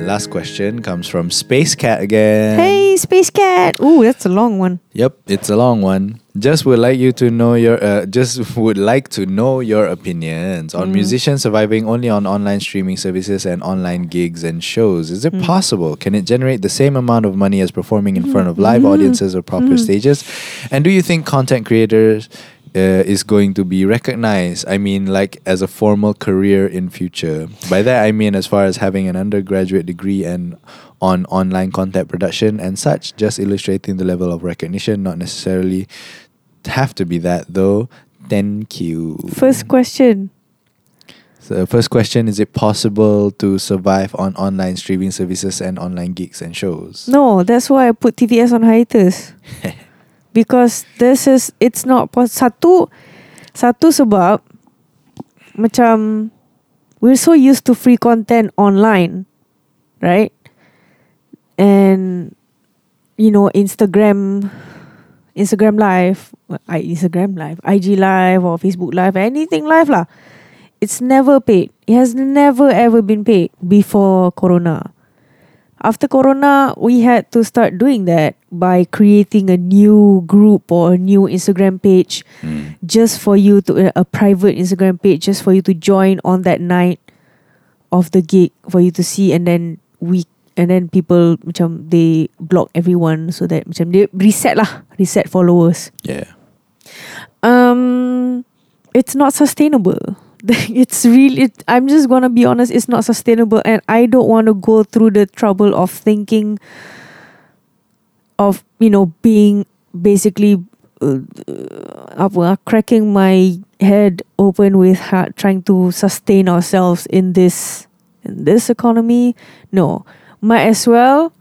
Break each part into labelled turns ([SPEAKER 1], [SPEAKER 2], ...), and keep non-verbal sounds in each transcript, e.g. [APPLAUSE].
[SPEAKER 1] last question comes from Space Cat again.
[SPEAKER 2] Hey, Space Cat. Ooh, that's a long one.
[SPEAKER 1] Yep, it's a long one. Just would like you to know your uh, just would like to know your opinions on musicians surviving only on online streaming services and online gigs and shows. Is it possible? Can it generate the same amount of money as performing in front of live audiences or proper stages? And do you think content creators uh, is going to be recognized? I mean, like as a formal career in future. By that I mean as far as having an undergraduate degree and on online content production and such, just illustrating the level of recognition, not necessarily have to be that though. Thank you.
[SPEAKER 2] First question.
[SPEAKER 1] So first question is it possible to survive on online streaming services and online gigs and shows? [LAUGHS]
[SPEAKER 2] No, that's why I put TVS on hiatus. because this is it's not pos- satu satu sebab macam we're so used to free content online, right? And you know Instagram Instagram live, I Instagram live, IG live or Facebook live, anything live lah. It's never paid. It has never ever been paid before corona. After corona, we had to start doing that by creating a new group or a new Instagram page
[SPEAKER 1] Hmm.
[SPEAKER 2] just for you to a private Instagram page just for you to join on that night of the gig for you to see and then we and then people macam they block everyone so that macam they reset lah reset followers
[SPEAKER 1] Yeah.
[SPEAKER 2] um it's not sustainable [LAUGHS] it's really it, i'm just gonna be honest it's not sustainable and i don't want to go through the trouble of thinking of you know being basically uh, apa, ah, cracking my head open with ha- trying to sustain ourselves in this in this economy no might as well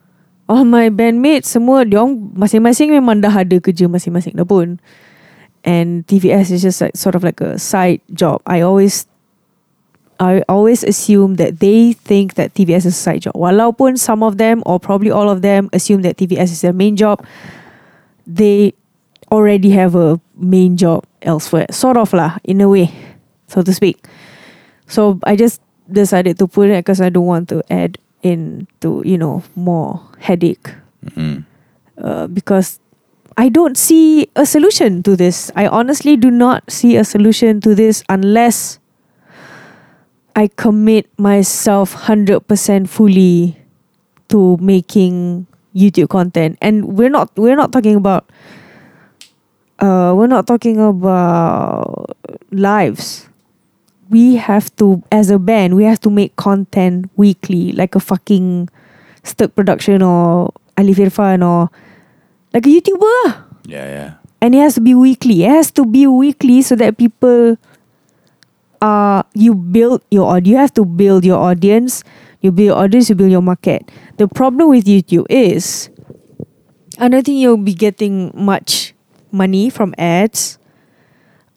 [SPEAKER 2] all my bandmates semua diorang masing-masing memang dah ada kerja masing-masing dah pun and TVS is just like sort of like a side job. I always I always assume that they think that TVS is a side job. Walaupun some of them or probably all of them assume that TVS is their main job, they already have a main job elsewhere. Sort of lah, in a way, so to speak. So I just decided to put it because I don't want to add in to, you know, more headache.
[SPEAKER 1] Mm.
[SPEAKER 2] Uh, because I don't see a solution to this. I honestly do not see a solution to this unless I commit myself 100% fully to making YouTube content. And we're not we're not talking about uh, we're not talking about lives. We have to, as a band, we have to make content weekly, like a fucking Stuck Production or Alif Irfan or like a YouTuber. lah.
[SPEAKER 1] Yeah, yeah.
[SPEAKER 2] And it has to be weekly. It has to be weekly so that people uh you build your aud- you have to build your audience. You build your audience, you build your market. The problem with YouTube is I don't think you'll be getting much money from ads.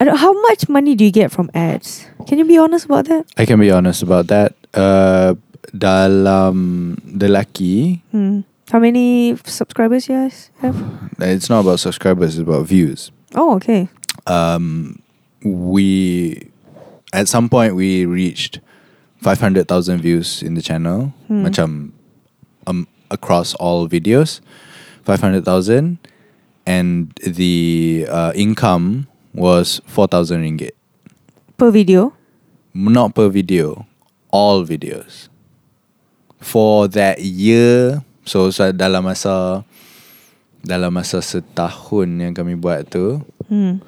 [SPEAKER 2] I don't, how much money do you get from ads? Can you be honest about that?
[SPEAKER 1] I can be honest about that. Uh um, dalam The Lucky,
[SPEAKER 2] Hmm. How many subscribers you guys have?
[SPEAKER 1] it's not about subscribers, it's about views.
[SPEAKER 2] Oh, okay.
[SPEAKER 1] um, we at some point we reached 500,000 views in the channel
[SPEAKER 2] Hmm.
[SPEAKER 1] macam um, across all videos 500,000 and the uh, income was 4,000 ringgit
[SPEAKER 2] Per video.
[SPEAKER 1] not per video all videos for that year so, so dalam masa dalam masa setahun yang kami buat tu
[SPEAKER 2] Hmm.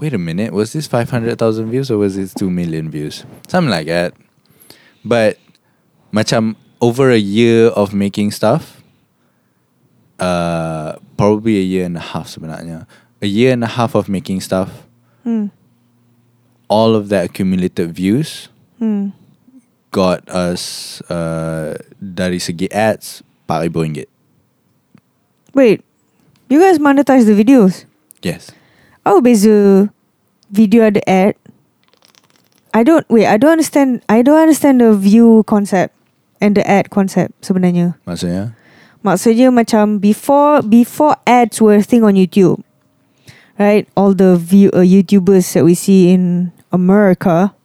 [SPEAKER 1] wait a minute, was this 500,000 views or was this 2 million views? Something like that. But, macam over a year of making stuff, uh, probably a year and a half sebenarnya. A year and a half of making stuff,
[SPEAKER 2] Hmm.
[SPEAKER 1] all of that accumulated views
[SPEAKER 2] Hmm.
[SPEAKER 1] got us uh, dari segi ads, RM4,000 ringgit.
[SPEAKER 2] Wait, you guys monetize the videos?
[SPEAKER 1] Yes.
[SPEAKER 2] Oh, beza video ada ad. I don't wait. I don't understand. I don't understand the view concept and the ad concept sebenarnya.
[SPEAKER 1] Maksudnya?
[SPEAKER 2] Maksudnya macam before before ads were a thing on YouTube, right? All the view uh, YouTubers that we see in America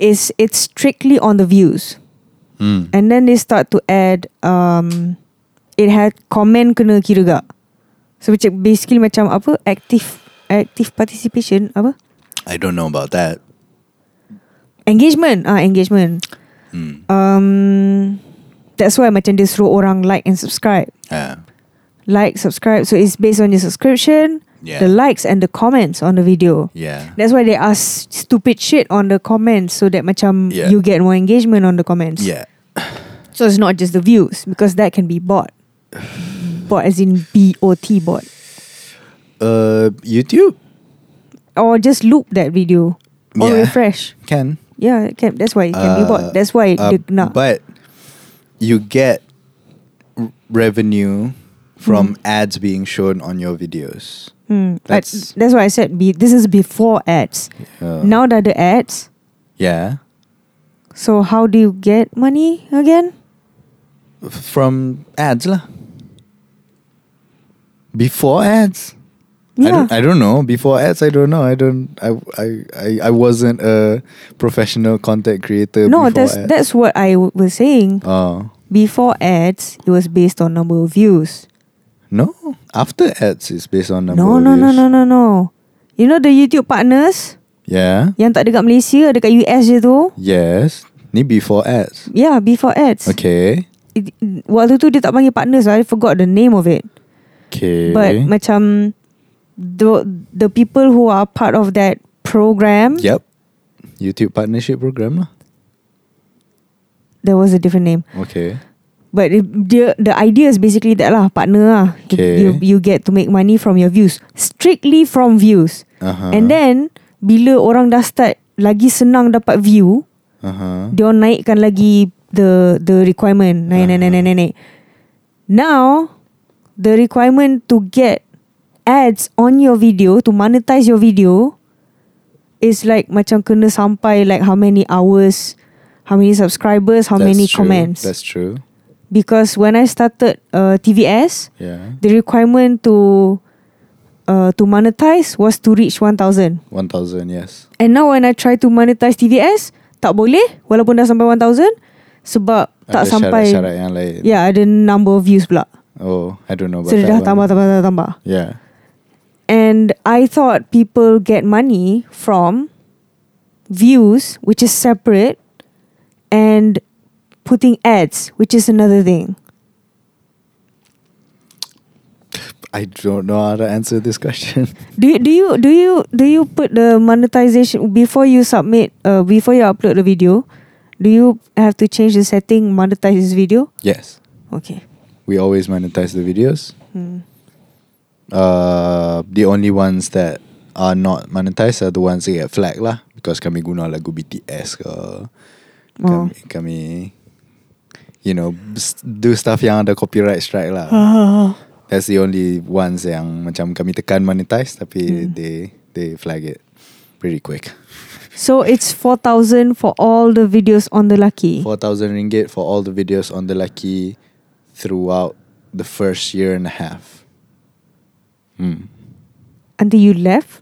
[SPEAKER 2] is it's strictly on the views.
[SPEAKER 1] Mm.
[SPEAKER 2] And then they start to add um, It had Comment kena kira gak So macam basically macam apa Active Active participation Apa
[SPEAKER 1] I don't know about that.
[SPEAKER 2] Engagement ah Engagement
[SPEAKER 1] Mm.
[SPEAKER 2] Uh, um, That's why macam dia suruh orang Like and subscribe
[SPEAKER 1] Yeah.
[SPEAKER 2] Like subscribe So it's based on your subscription
[SPEAKER 1] Yeah.
[SPEAKER 2] The likes and the comments On the video
[SPEAKER 1] yeah.
[SPEAKER 2] That's why they ask stupid shit on the comments so that macam
[SPEAKER 1] Yeah.
[SPEAKER 2] you get more engagement on the comments.
[SPEAKER 1] Yeah.
[SPEAKER 2] So it's not just the views because that can be bought. bought as in B O T bought.
[SPEAKER 1] Uh, YouTube
[SPEAKER 2] Or just loop that video. Or
[SPEAKER 1] Yeah.
[SPEAKER 2] refresh.
[SPEAKER 1] can.
[SPEAKER 2] Yeah, it can, that's why it can be
[SPEAKER 1] Uh,
[SPEAKER 2] bought. That's why
[SPEAKER 1] uh,
[SPEAKER 2] uh, dia nak.
[SPEAKER 1] But you get r- revenue from ads being shown on your videos.
[SPEAKER 2] Hmm. But
[SPEAKER 1] that's-
[SPEAKER 2] that's why I said be, this is before ads.
[SPEAKER 1] Uh,
[SPEAKER 2] Now that the ads,
[SPEAKER 1] Yeah.
[SPEAKER 2] so how do you get money again?
[SPEAKER 1] F- From ads lah. Before ads. I
[SPEAKER 2] Yeah.
[SPEAKER 1] don't, I don't know. Before ads, I don't know. I don't. I I I, I wasn't a professional content creator.
[SPEAKER 2] no,
[SPEAKER 1] before
[SPEAKER 2] that's
[SPEAKER 1] ads.
[SPEAKER 2] that's what I w- was saying.
[SPEAKER 1] Oh
[SPEAKER 2] Before ads, it was based on number of views.
[SPEAKER 1] no! After ads is based on number.
[SPEAKER 2] No,
[SPEAKER 1] of
[SPEAKER 2] no, no,
[SPEAKER 1] views.
[SPEAKER 2] no, no, no. You know the YouTube partners
[SPEAKER 1] Yeah.
[SPEAKER 2] yang tak dekat Malaysia, dekat US je tu.
[SPEAKER 1] Yes. Ni before ads.
[SPEAKER 2] Yeah, before ads.
[SPEAKER 1] Okay.
[SPEAKER 2] It, waktu tu dia tak panggil partners, I forgot the name of it.
[SPEAKER 1] Okay.
[SPEAKER 2] But macam the the people who are part of that program,
[SPEAKER 1] Yep. YouTube partnership program lah.
[SPEAKER 2] there was a different name.
[SPEAKER 1] Okay.
[SPEAKER 2] But it, dia, the idea is basically that lah, partner lah. You-
[SPEAKER 1] Okay.
[SPEAKER 2] You, you get to make money from your views. Strictly from views.
[SPEAKER 1] Uh-huh.
[SPEAKER 2] And then, bila orang dah start lagi senang dapat view,
[SPEAKER 1] Uh-huh.
[SPEAKER 2] dia orang naikkan lagi the the requirement naik naik naik naik naik, naik. Now the requirement to get ads on your video to monetize your video is like macam kena sampai like how many hours, how many subscribers, how
[SPEAKER 1] That's
[SPEAKER 2] many
[SPEAKER 1] true.
[SPEAKER 2] comments.
[SPEAKER 1] That's true.
[SPEAKER 2] Because when I started uh, TVS,
[SPEAKER 1] Yeah.
[SPEAKER 2] the requirement to uh, to monetize was to reach 1000.
[SPEAKER 1] One thousand. Yes.
[SPEAKER 2] And now when I try to monetize TVS Tak boleh Walaupun dah sampai 1000 Sebab tak
[SPEAKER 1] Ada
[SPEAKER 2] sampai
[SPEAKER 1] syarat-syarat yang lain.
[SPEAKER 2] Ya yeah, ada number of views pula
[SPEAKER 1] Oh, I don't know about
[SPEAKER 2] So dia
[SPEAKER 1] that.
[SPEAKER 2] dah
[SPEAKER 1] one.
[SPEAKER 2] tambah tambah tambah tambah
[SPEAKER 1] Yeah.
[SPEAKER 2] And I thought people get money from Views Which is separate And Putting ads Which is another thing
[SPEAKER 1] I don't know how to answer this question.
[SPEAKER 2] Do you, do you do you do you put the monetization before you submit uh, before you upload the video? Do you have to change the setting monetize this video?
[SPEAKER 1] [LAUGHS] yes.
[SPEAKER 2] Okay.
[SPEAKER 1] We always monetize the videos.
[SPEAKER 2] Hmm.
[SPEAKER 1] Uh, the only ones that are not monetized are the ones that get flagged lah because kami guna lagu BTS ke kami, kami you know s- do stuff yang ada copyright strike lah
[SPEAKER 2] Ah.
[SPEAKER 1] that's the only ones yang macam kami tekan monetize tapi they they flag it pretty quick
[SPEAKER 2] So it's 4000 for all the videos on the lucky.
[SPEAKER 1] 4000 ringgit for all the videos on the lucky throughout the first year and a half hmm
[SPEAKER 2] Until you left?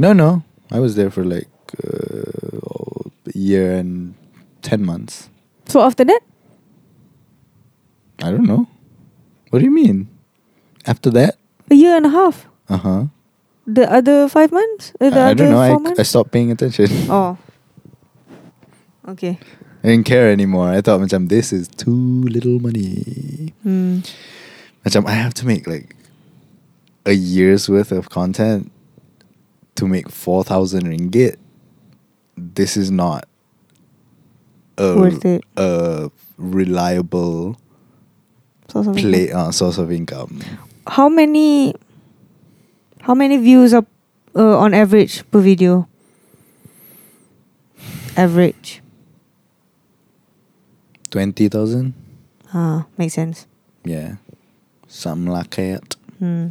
[SPEAKER 1] No, no. I was there for like uh, oh, a year and 10 months.
[SPEAKER 2] So after that?
[SPEAKER 1] I don't know. What do you mean? After that?
[SPEAKER 2] A year and a half.
[SPEAKER 1] Uh huh.
[SPEAKER 2] The other 5 months? Uh, the
[SPEAKER 1] I, I
[SPEAKER 2] other
[SPEAKER 1] don't know. I,
[SPEAKER 2] 4
[SPEAKER 1] I
[SPEAKER 2] months?
[SPEAKER 1] stopped paying attention. [LAUGHS]
[SPEAKER 2] oh. Okay.
[SPEAKER 1] I didn't care anymore. I thought, macam, this is too little money.
[SPEAKER 2] Hmm.
[SPEAKER 1] Macam, I have to make like a year's worth of content to make 4,000 ringgit. This is not a,
[SPEAKER 2] Worth it.
[SPEAKER 1] a reliable
[SPEAKER 2] So something.
[SPEAKER 1] play uh, source of income.
[SPEAKER 2] How many How many views are uh, on average per video? Average.
[SPEAKER 1] Twenty thousand,
[SPEAKER 2] Ah, makes sense.
[SPEAKER 1] yeah, something like that.
[SPEAKER 2] Hmm.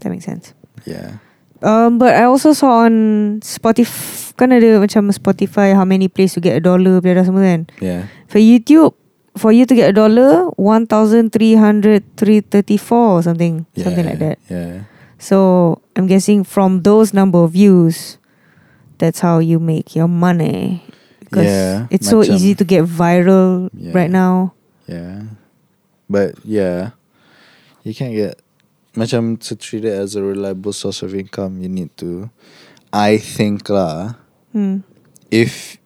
[SPEAKER 2] That makes sense.
[SPEAKER 1] Yeah,
[SPEAKER 2] Um, but I also saw on Spotify kan ada macam Spotify how many plays to get a dollar bla bla semua kan.
[SPEAKER 1] yeah.
[SPEAKER 2] For YouTube for you to get a dollar 1300 334 or something
[SPEAKER 1] yeah
[SPEAKER 2] something like that.
[SPEAKER 1] Yeah,
[SPEAKER 2] So I'm guessing from those number of views that's how you make your money because
[SPEAKER 1] Yeah,
[SPEAKER 2] it's so
[SPEAKER 1] macam-
[SPEAKER 2] easy to get viral
[SPEAKER 1] Yeah.
[SPEAKER 2] right now.
[SPEAKER 1] Yeah. But yeah, you can't get macam to treat it as a reliable source of income. You need to, I think lah,
[SPEAKER 2] Hmm.
[SPEAKER 1] if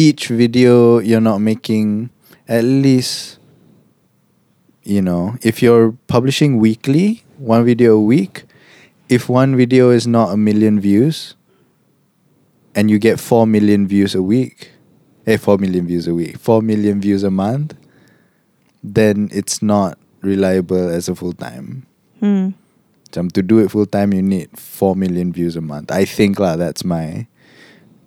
[SPEAKER 1] each video you're not making at least, you know, if you're publishing weekly, one video a week, if one video is not a million views, and you get four million views a week, eh, four million views a week, four million views a month, then it's not reliable as a full time.
[SPEAKER 2] Hmm.
[SPEAKER 1] Macam to do it full time, you need 4 million views a month. I think lah, that's my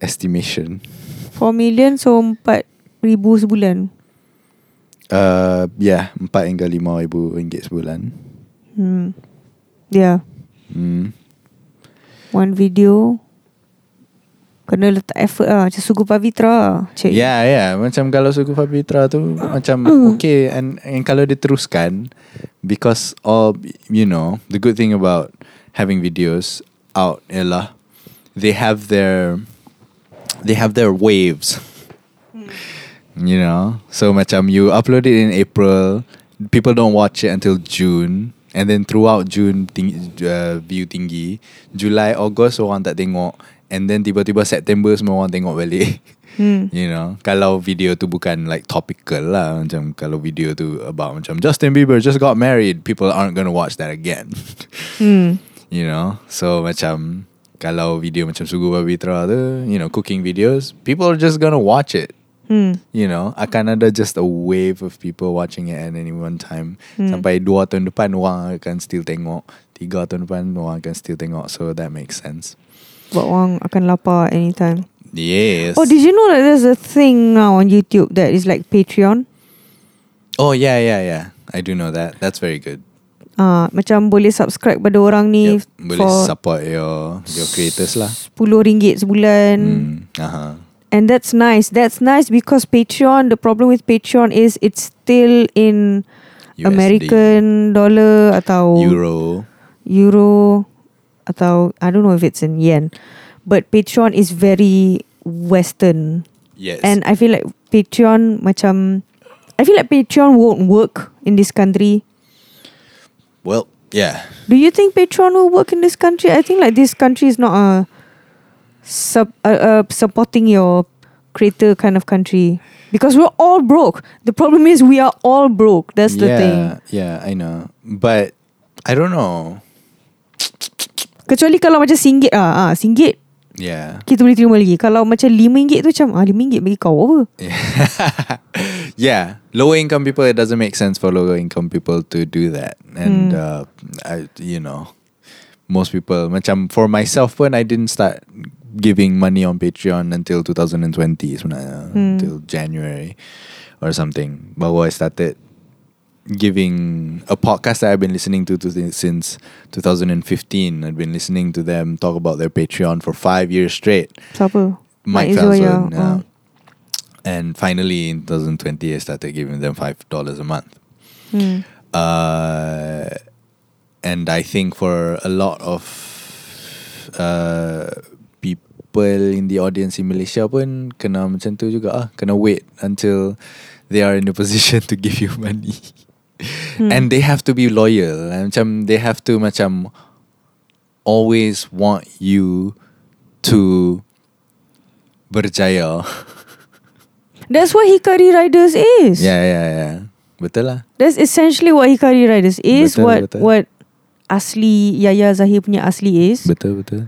[SPEAKER 1] estimation.
[SPEAKER 2] 4 million so 4 ribu sebulan.
[SPEAKER 1] Uh, yeah, 4 hingga 5 ribu ringgit sebulan.
[SPEAKER 2] Hmm. Yeah.
[SPEAKER 1] Hmm.
[SPEAKER 2] One video kena letak effort lah macam Sugu Pavitra. Cik. Hmm.
[SPEAKER 1] Yeah, yeah. Macam kalau Suku Fabitra tu,
[SPEAKER 2] [COUGHS]
[SPEAKER 1] macam okay. And, and kalau diteruskan, because all, you know, the good thing about having videos out ialah, they have their, they have their waves. You know, so macam you upload it in April, people don't watch it until June, and then throughout June ting- uh, view tinggi, July, August orang tak tengok, and then tiba-tiba September semua orang tengok balik.
[SPEAKER 2] Hmm.
[SPEAKER 1] [LAUGHS] You know, kalau video tu bukan like topical lah, macam kalau video tu about macam Justin Bieber just got married, people aren't gonna watch that again. [LAUGHS]
[SPEAKER 2] Hmm.
[SPEAKER 1] You know So macam Kalau video macam Sugu Babitra tu You know Cooking videos People are just gonna watch it
[SPEAKER 2] Hmm.
[SPEAKER 1] You know Akan ada just a wave of people watching it At any one time
[SPEAKER 2] Hmm.
[SPEAKER 1] Sampai dua tahun depan Orang akan still tengok Tiga tahun depan Orang akan still tengok So that makes sense
[SPEAKER 2] Buat orang akan lapar anytime.
[SPEAKER 1] Yes
[SPEAKER 2] Oh, did you know that there's a thing now on YouTube that is like Patreon?
[SPEAKER 1] Oh yeah yeah yeah I do know that That's very good
[SPEAKER 2] Ah, macam boleh subscribe pada orang ni
[SPEAKER 1] Yep. Boleh support your Your creators lah
[SPEAKER 2] RM10 sebulan.
[SPEAKER 1] Hmm. Aha.
[SPEAKER 2] And that's nice. That's nice because Patreon, the problem with Patreon is it's still in
[SPEAKER 1] USD.
[SPEAKER 2] American dollar atau
[SPEAKER 1] Euro
[SPEAKER 2] euro atau I don't know if it's in yen. But Patreon is very western.
[SPEAKER 1] Yes
[SPEAKER 2] And I feel like Patreon macam I feel like Patreon won't work in this country.
[SPEAKER 1] Well Yeah
[SPEAKER 2] Do you think Patreon will work in this country? I think like this country is not a sub uh, uh, supporting your creator kind of country because we're all broke. The problem is we are all broke. That's the
[SPEAKER 1] yeah,
[SPEAKER 2] thing.
[SPEAKER 1] Yeah, I know. But I don't know.
[SPEAKER 2] Kecuali kalau macam singgit ah, ah singgit
[SPEAKER 1] Yeah.
[SPEAKER 2] kita boleh terima lagi. Kalau macam lima ringgit tu macam ah lima ringgit bagi kau apa?
[SPEAKER 1] [LAUGHS] yeah. Lower income people, it doesn't make sense for lower income people to do that. And, uh, I, you know, most people, macam for myself when I didn't start giving money on Patreon until 2020, sebenarnya, until January or something. But I started giving a podcast that I've been listening to, to since 2015. I've been listening to them talk about their Patreon for five years straight.
[SPEAKER 2] Siapa?
[SPEAKER 1] Mike
[SPEAKER 2] Izwan,
[SPEAKER 1] Felson.
[SPEAKER 2] ah.
[SPEAKER 1] Yeah. um, And finally, in 2020, I started giving them five dollars a month.
[SPEAKER 2] Hmm.
[SPEAKER 1] Uh, and I think for a lot of uh, people in the audience in Malaysia pun kena macam tu juga ah, kena wait until they are in a position [LAUGHS] to give you money. And they have to be loyal. And macam they have to macam always want you to berjaya.
[SPEAKER 2] That's what Hikari Riders is.
[SPEAKER 1] [LAUGHS] yeah, yeah, yeah. Betul lah.
[SPEAKER 2] That's essentially what Hikari Riders is.
[SPEAKER 1] Betul,
[SPEAKER 2] what
[SPEAKER 1] betul.
[SPEAKER 2] what asli Yaya Zahir punya asli is.
[SPEAKER 1] Betul, betul.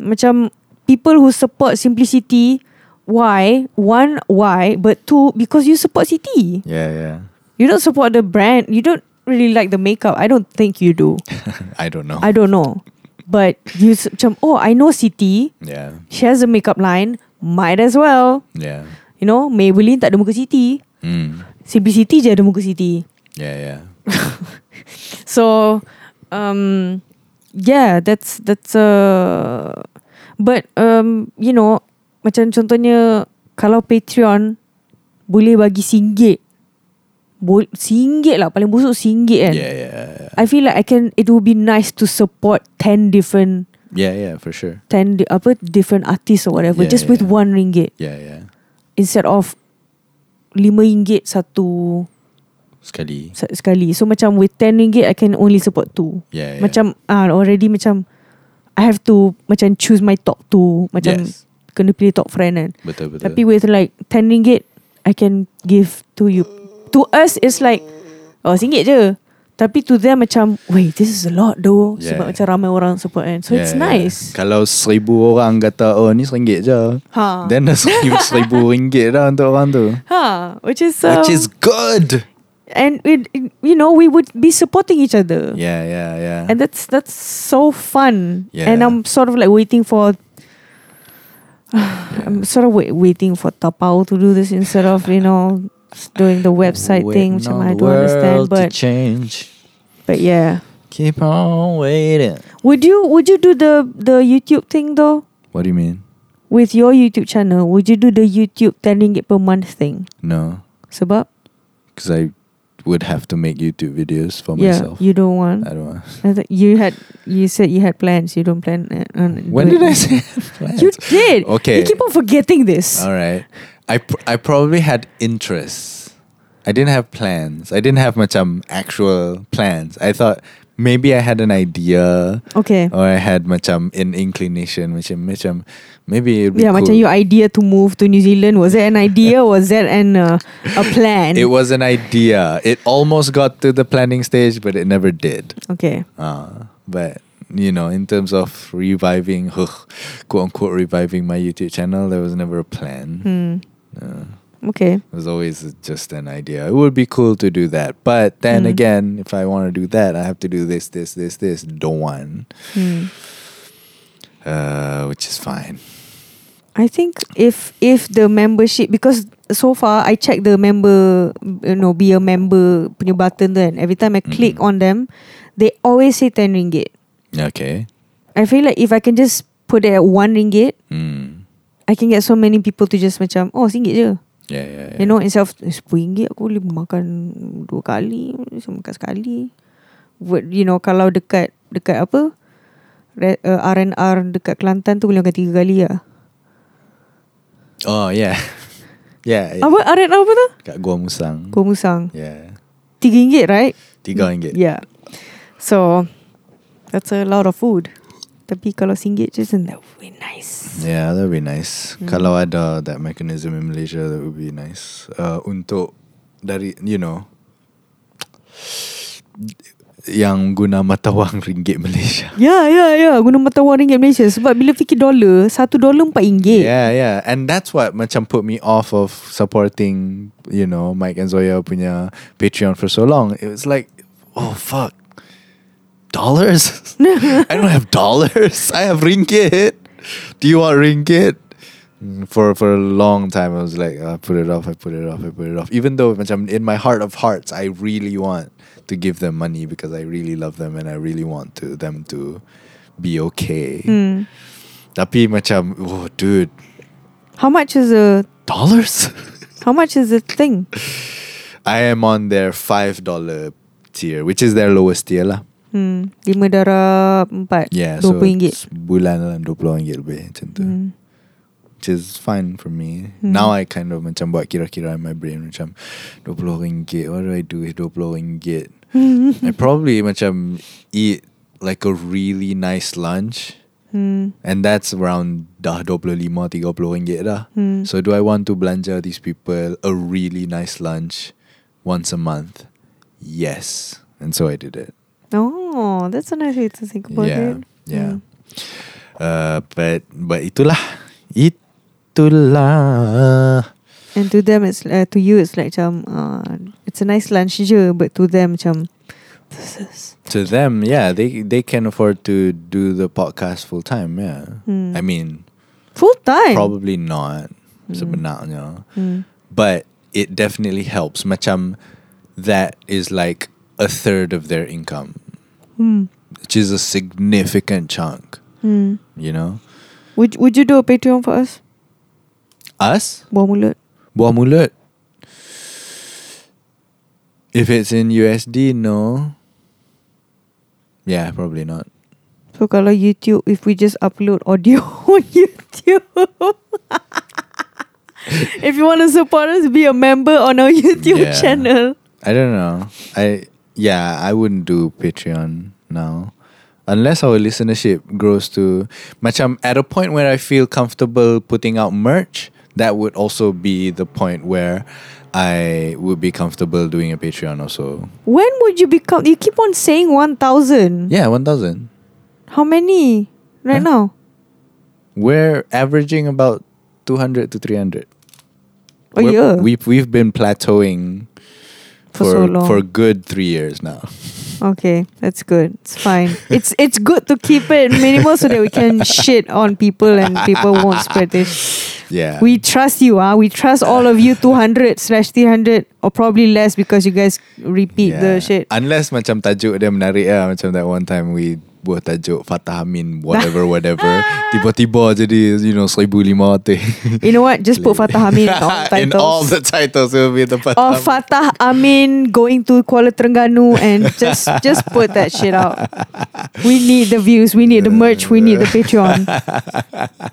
[SPEAKER 2] macam people who support simplicity why one why but two because you support city
[SPEAKER 1] Yeah, yeah. [LAUGHS]
[SPEAKER 2] you don't support the brand you don't really like the makeup i don't think you do
[SPEAKER 1] I don't know.
[SPEAKER 2] i don't know but you s- macam oh i know city
[SPEAKER 1] yeah,
[SPEAKER 2] she has a makeup line might as well
[SPEAKER 1] yeah.
[SPEAKER 2] you know maybelline tak ada muka city
[SPEAKER 1] Mm.
[SPEAKER 2] simplicity je ada muka city
[SPEAKER 1] Yeah, yeah.
[SPEAKER 2] So, um, yeah, that's that's uh, but um, you know, macam contohnya kalau Patreon boleh bagi singgit, Bo- singgit lah paling busuk singgit kan.
[SPEAKER 1] Yeah, yeah, yeah.
[SPEAKER 2] I feel like I can. It would be nice to support ten different
[SPEAKER 1] Yeah, yeah, for sure.
[SPEAKER 2] ten di- apa different artists or whatever
[SPEAKER 1] Yeah, yeah,
[SPEAKER 2] just with
[SPEAKER 1] yeah.
[SPEAKER 2] one ringgit.
[SPEAKER 1] Yeah, yeah.
[SPEAKER 2] instead of RM5 satu
[SPEAKER 1] Sekali.
[SPEAKER 2] se- sekali. So macam with RM10 I can only support two.
[SPEAKER 1] Yeah, yeah.
[SPEAKER 2] Yeah. Macam ah already macam I have to macam choose my top two. Macam
[SPEAKER 1] Yes.
[SPEAKER 2] kena pilih top friend kan.
[SPEAKER 1] Betul betul.
[SPEAKER 2] Tapi with like RM10 I can give to you. To us it's like oh RM1 je. Tapi to them macam Wait this is a lot though
[SPEAKER 1] Yeah.
[SPEAKER 2] yeah. Sebab macam ramai orang support kan So yeah, it's nice yeah.
[SPEAKER 1] Kalau seribu orang kata Oh ni seringgit je
[SPEAKER 2] Ha.
[SPEAKER 1] Then dah
[SPEAKER 2] [LAUGHS]
[SPEAKER 1] seribu, seribu ringgit dah Untuk orang tu
[SPEAKER 2] Ha, which is um,
[SPEAKER 1] Which is good
[SPEAKER 2] and it, it- you know we would be supporting each other
[SPEAKER 1] Yeah yeah yeah
[SPEAKER 2] and that's that's so fun
[SPEAKER 1] Yeah.
[SPEAKER 2] and i'm sort of like waiting for i'm sort of wait, waiting for tapao to do this instead of you know s- doing the website thing which
[SPEAKER 1] Waiting on
[SPEAKER 2] i
[SPEAKER 1] the
[SPEAKER 2] don't understand
[SPEAKER 1] world to
[SPEAKER 2] but
[SPEAKER 1] change
[SPEAKER 2] but yeah
[SPEAKER 1] Keep on waiting
[SPEAKER 2] would you would you do the the youtube thing though
[SPEAKER 1] What do you mean?
[SPEAKER 2] with your youtube channel would you do the youtube 10 ringgit per month thing
[SPEAKER 1] No
[SPEAKER 2] sebab
[SPEAKER 1] Because I would have to make YouTube videos for
[SPEAKER 2] yeah
[SPEAKER 1] myself Uh,
[SPEAKER 2] you don't want
[SPEAKER 1] I don't want
[SPEAKER 2] I thought you had you said you had plans. You don't plan uh, on.
[SPEAKER 1] When
[SPEAKER 2] doing-
[SPEAKER 1] did I say [LAUGHS]
[SPEAKER 2] You did.
[SPEAKER 1] Okay.
[SPEAKER 2] You keep on forgetting this.
[SPEAKER 1] All right. I pr- I probably had interests. I didn't have plans. I didn't have much um, actual plans. I thought maybe I had an idea
[SPEAKER 2] Okay.
[SPEAKER 1] or I had much um, an inclination, which which um, maybe it'd be
[SPEAKER 2] yeah,
[SPEAKER 1] cool.
[SPEAKER 2] macam your idea to move to New Zealand was that an idea? was that an uh, a plan?
[SPEAKER 1] it was an idea. It almost got to the planning stage, but it never did.
[SPEAKER 2] okay.
[SPEAKER 1] Uh, but you know, in terms of reviving, [LAUGHS] quote unquote, reviving my YouTube channel, there was never a plan.
[SPEAKER 2] Hmm.
[SPEAKER 1] Uh,
[SPEAKER 2] Okay.
[SPEAKER 1] It was always just an idea. It would be cool to do that. But then
[SPEAKER 2] Mm.
[SPEAKER 1] again, if I want to do that, I have to do this, this, this, this, don't want.
[SPEAKER 2] Hmm.
[SPEAKER 1] Uh, which is fine.
[SPEAKER 2] I think if if the membership because so far I check the member you know be a member punya button then every time I click
[SPEAKER 1] Mm.
[SPEAKER 2] on them, they always say ten ringgit.
[SPEAKER 1] Okay.
[SPEAKER 2] I feel like if I can just put it at one ringgit,
[SPEAKER 1] Mm.
[SPEAKER 2] I can get so many people to just macam Oh RM1 je
[SPEAKER 1] Yeah, yeah, yeah.
[SPEAKER 2] You know instead of eh, RM10 aku boleh makan Dua kali Saya makan sekali Would, You know Kalau dekat Dekat apa re- uh, R&R dekat Kelantan tu Boleh makan tiga kali lah
[SPEAKER 1] Oh, yeah. [LAUGHS] yeah. yeah.
[SPEAKER 2] Apa R&R apa tu?
[SPEAKER 1] Kat Gua Musang.
[SPEAKER 2] Kuah musang
[SPEAKER 1] Yeah.
[SPEAKER 2] RM3 right?
[SPEAKER 1] Tiga ringgit.
[SPEAKER 2] Yeah So That's a lot of food Tapi kalau RM1 je Isn't that way nice
[SPEAKER 1] Yeah, that'd be nice.
[SPEAKER 2] Mm.
[SPEAKER 1] Kalau ada that mechanism in Malaysia, that would be nice. Uh, untuk dari, you know, yang guna mata [LAUGHS] wang ringgit Malaysia.
[SPEAKER 2] Ya, ya, ya. Guna mata wang ringgit Malaysia. Sebab bila fikir dolar, satu dolar empat ringgit.
[SPEAKER 1] Yeah, yeah. And that's what macam put me off of supporting, you know, Mike and Zoya punya Patreon for so long. It was like, oh fuck. Dollars? I don't have dollars. I have ringgit. Do you want ringgit? Mm, For for a long time I was like, I put it off, I put it off, I put it off. Even though macam in my heart of hearts I really want to give them money because I really love them and I really want to them to be okay.
[SPEAKER 2] Hmm.
[SPEAKER 1] Tapi macam, oh dude,
[SPEAKER 2] How much is the
[SPEAKER 1] dollars.
[SPEAKER 2] how much is the thing?
[SPEAKER 1] [LAUGHS] I am on their five dollar tier, which is their lowest tier lah.
[SPEAKER 2] Hmm, lima darab empat.
[SPEAKER 1] Yeah,
[SPEAKER 2] dua
[SPEAKER 1] so
[SPEAKER 2] puluh ringgit.
[SPEAKER 1] bulan lah dua puluh ringgit lebih macam tu,
[SPEAKER 2] Hmm.
[SPEAKER 1] which is fine for me.
[SPEAKER 2] Hmm.
[SPEAKER 1] Now I kind of macam buat kira-kira in my brain macam dua puluh ringgit. What do I do with dua puluh ringgit?
[SPEAKER 2] Hmm.
[SPEAKER 1] I probably macam eat like a really nice lunch.
[SPEAKER 2] Hmm.
[SPEAKER 1] And that's around dah 25 30 ringgit dah.
[SPEAKER 2] Hmm.
[SPEAKER 1] So do I want to belanja these people a really nice lunch once a month? Yes. And so I did it.
[SPEAKER 2] Oh, that's a nice way to think about
[SPEAKER 1] yeah.
[SPEAKER 2] it.
[SPEAKER 1] Yeah.
[SPEAKER 2] Hmm.
[SPEAKER 1] Uh, but but itulah. Itulah.
[SPEAKER 2] And to them, it's uh, to you, it's like macam uh, it's a nice lunch je, but to them macam this is.
[SPEAKER 1] To them, yeah, they they can afford to do the podcast full time, yeah.
[SPEAKER 2] Hmm.
[SPEAKER 1] I mean,
[SPEAKER 2] Full time.
[SPEAKER 1] probably not
[SPEAKER 2] Hmm.
[SPEAKER 1] sebenarnya.
[SPEAKER 2] Hmm.
[SPEAKER 1] but it definitely helps. Macam that is like a third of their income,
[SPEAKER 2] Hmm.
[SPEAKER 1] which is a significant chunk.
[SPEAKER 2] Hmm.
[SPEAKER 1] You know,
[SPEAKER 2] Would Would you do a Patreon for us?
[SPEAKER 1] us
[SPEAKER 2] Buah mulut.
[SPEAKER 1] buah mulut. If it's in USD, no. Yeah, probably not.
[SPEAKER 2] So kalau [LAUGHS] YouTube If we just upload audio On YouTube [LAUGHS] if you want to support us, be a member on our [LAUGHS] YouTube
[SPEAKER 1] Yeah.
[SPEAKER 2] channel.
[SPEAKER 1] I don't know. I yeah, I wouldn't do Patreon now. Unless our listenership grows to macam at a point where I feel comfortable putting out merch, that would also be the point where I would be comfortable doing a Patreon also.
[SPEAKER 2] When would you become? You keep on saying one thousand.
[SPEAKER 1] Yeah, 1000.
[SPEAKER 2] How many right
[SPEAKER 1] Huh?
[SPEAKER 2] now?
[SPEAKER 1] We're averaging about 200 to 300.
[SPEAKER 2] A
[SPEAKER 1] We're-
[SPEAKER 2] year
[SPEAKER 1] We've we've been plateauing
[SPEAKER 2] for, so long.
[SPEAKER 1] for a good 3 years now. [LAUGHS]
[SPEAKER 2] okay, that's good. It's fine. [LAUGHS] it's it's good to keep it minimal so that we
[SPEAKER 1] [LAUGHS]
[SPEAKER 2] can shit on people and people won't spread this.
[SPEAKER 1] Yeah.
[SPEAKER 2] We trust you, ah. We trust all of you, two hundred slash three hundred or probably less because you guys repeat the shit.
[SPEAKER 1] [LAUGHS] Unless macam tajuk dia menarik lah Macam that one time we buat tajuk Fatah Amin whatever
[SPEAKER 2] [LAUGHS]
[SPEAKER 1] whatever Tiba-tiba jadi you know 1500
[SPEAKER 2] You know what? Just put
[SPEAKER 1] [LAUGHS]
[SPEAKER 2] Fatah Amin in all
[SPEAKER 1] In
[SPEAKER 2] titles.
[SPEAKER 1] all the titles will be the Fatah
[SPEAKER 2] or
[SPEAKER 1] Amin.
[SPEAKER 2] Oh, Fatah Amin going to Kuala Terengganu and just just put that shit out. We need the views. We need the merch. We need the Patreon.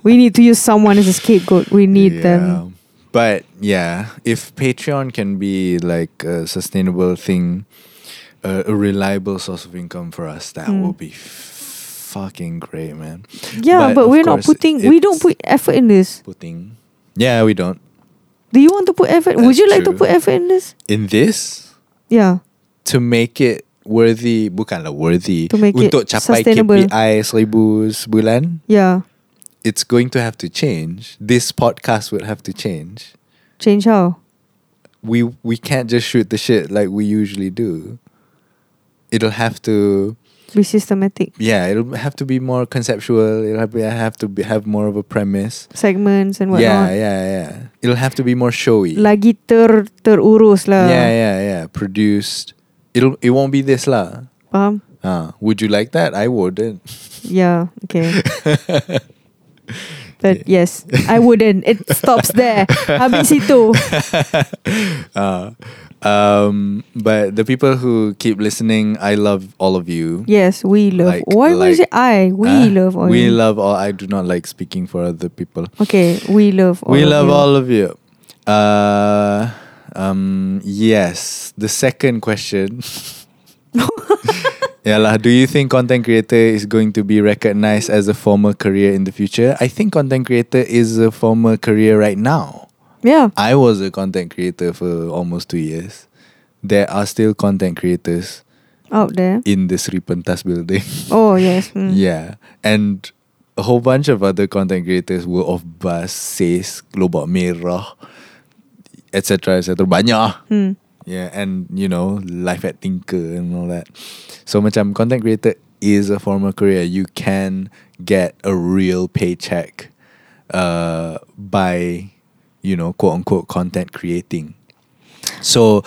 [SPEAKER 2] We need to use someone as a scapegoat. We need them.
[SPEAKER 1] But yeah, if Patreon can be like a sustainable thing, a, a reliable source of income for us, that
[SPEAKER 2] Hmm.
[SPEAKER 1] will be f- fucking great, man.
[SPEAKER 2] Yeah, but,
[SPEAKER 1] of
[SPEAKER 2] we're not
[SPEAKER 1] course,
[SPEAKER 2] putting. We don't
[SPEAKER 1] it's
[SPEAKER 2] put effort in this.
[SPEAKER 1] putting. Yeah, we don't.
[SPEAKER 2] Do you want to put effort? Would
[SPEAKER 1] That's
[SPEAKER 2] you like to
[SPEAKER 1] true.
[SPEAKER 2] put effort in this?
[SPEAKER 1] In this,
[SPEAKER 2] Yeah.
[SPEAKER 1] to make it worthy bukanlah worthy
[SPEAKER 2] To make it
[SPEAKER 1] untuk capai
[SPEAKER 2] sustainable.
[SPEAKER 1] KPI seribu sebulan
[SPEAKER 2] Yeah.
[SPEAKER 1] it's going to have to change this podcast will have to change
[SPEAKER 2] Change how?
[SPEAKER 1] we we can't just shoot the shit like we usually do it'll have to
[SPEAKER 2] Be systematic.
[SPEAKER 1] yeah it'll have to be more conceptual it'll have, have to be, have more of a premise
[SPEAKER 2] Segments and
[SPEAKER 1] yeah
[SPEAKER 2] whatnot.
[SPEAKER 1] yeah yeah it'll have to be more showy
[SPEAKER 2] Lagi ter terurus lah.
[SPEAKER 1] yeah yeah yeah produced it'll it won't be this lah
[SPEAKER 2] Faham?
[SPEAKER 1] uh, would you like that i wouldn't
[SPEAKER 2] [LAUGHS] Yeah,
[SPEAKER 1] [LAUGHS]
[SPEAKER 2] okay. but yes, I wouldn't. It stops there.
[SPEAKER 1] [LAUGHS]
[SPEAKER 2] Habis itu.
[SPEAKER 1] Uh, um, but the people who keep listening, I love all of you.
[SPEAKER 2] Yes, we love.
[SPEAKER 1] Like-
[SPEAKER 2] Why was
[SPEAKER 1] like-
[SPEAKER 2] it I? We
[SPEAKER 1] Uh,
[SPEAKER 2] love all.
[SPEAKER 1] We
[SPEAKER 2] you.
[SPEAKER 1] love all. I do not like speaking for other people.
[SPEAKER 2] Okay, we love all.
[SPEAKER 1] we
[SPEAKER 2] of
[SPEAKER 1] love
[SPEAKER 2] you.
[SPEAKER 1] all of you. Uh, um, yes. The second
[SPEAKER 2] [LAUGHS]
[SPEAKER 1] question. Yeah, lah. do you think content creator is going to be recognized as a formal career in the future? I think content creator is a formal career right now.
[SPEAKER 2] Yeah,
[SPEAKER 1] I was a content creator for almost two years. There are still content creators
[SPEAKER 2] out there.
[SPEAKER 1] in the Sri Pentas building.
[SPEAKER 2] Oh yes. mm.
[SPEAKER 1] yeah. And a whole bunch of other content creators were of bus, says, Global Merah, etc. etc. Banyak.
[SPEAKER 2] Hmm.
[SPEAKER 1] Yeah, and you know, life at Tinker and all that. So macam content creator is a formal career. You can get a real paycheck uh by you know, quote unquote content creating. So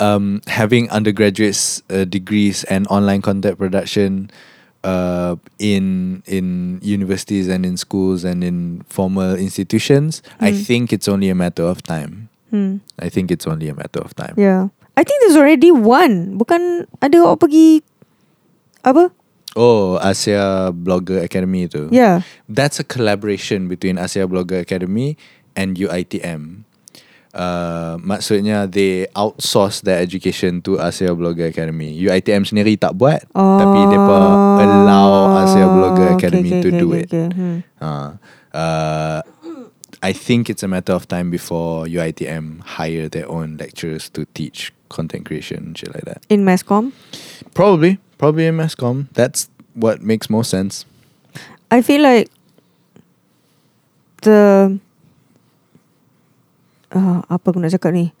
[SPEAKER 1] um having undergraduates uh, degrees and online content production uh in in universities and in schools and in formal institutions, I
[SPEAKER 2] Mm.
[SPEAKER 1] think it's only a matter of time.
[SPEAKER 2] Hmm.
[SPEAKER 1] I think it's only a matter of time.
[SPEAKER 2] Yeah. I think there's already one. Bukan ada orang pergi apa?
[SPEAKER 1] Oh, Asia Blogger Academy tu.
[SPEAKER 2] Yeah.
[SPEAKER 1] That's a collaboration between Asia Blogger Academy and UiTM. Uh, maksudnya they outsource their education to Asia Blogger Academy. UiTM sendiri tak buat
[SPEAKER 2] Oh.
[SPEAKER 1] tapi depa allow Asia Blogger
[SPEAKER 2] Ah, Okay,
[SPEAKER 1] Academy
[SPEAKER 2] okay,
[SPEAKER 1] to
[SPEAKER 2] okay,
[SPEAKER 1] do
[SPEAKER 2] okay,
[SPEAKER 1] it.
[SPEAKER 2] okay. Hmm.
[SPEAKER 1] Uh, uh, I think it's a matter of time before UiTM hire their own lecturers to teach content creation and shit like that.
[SPEAKER 2] In mass comm.
[SPEAKER 1] Probably, probably in mass comm. That's what makes more sense.
[SPEAKER 2] I feel like the uh, apa aku nak cakap ni?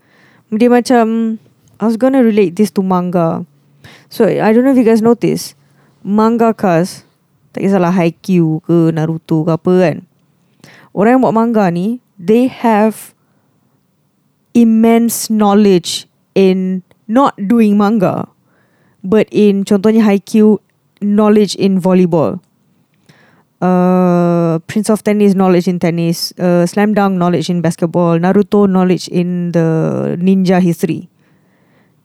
[SPEAKER 2] Dia macam I was gonna relate this to manga. So I don't know if you guys notice mangakas tak kisahlah Haikyuu ke Naruto ke apa kan. Orang yang buat manga ni they have immense knowledge in not doing manga but in contohnya Haikyuu knowledge in volleyball. Uh, Prince of Tennis knowledge in tennis, uh, Slam Dunk knowledge in basketball, Naruto knowledge in the ninja history.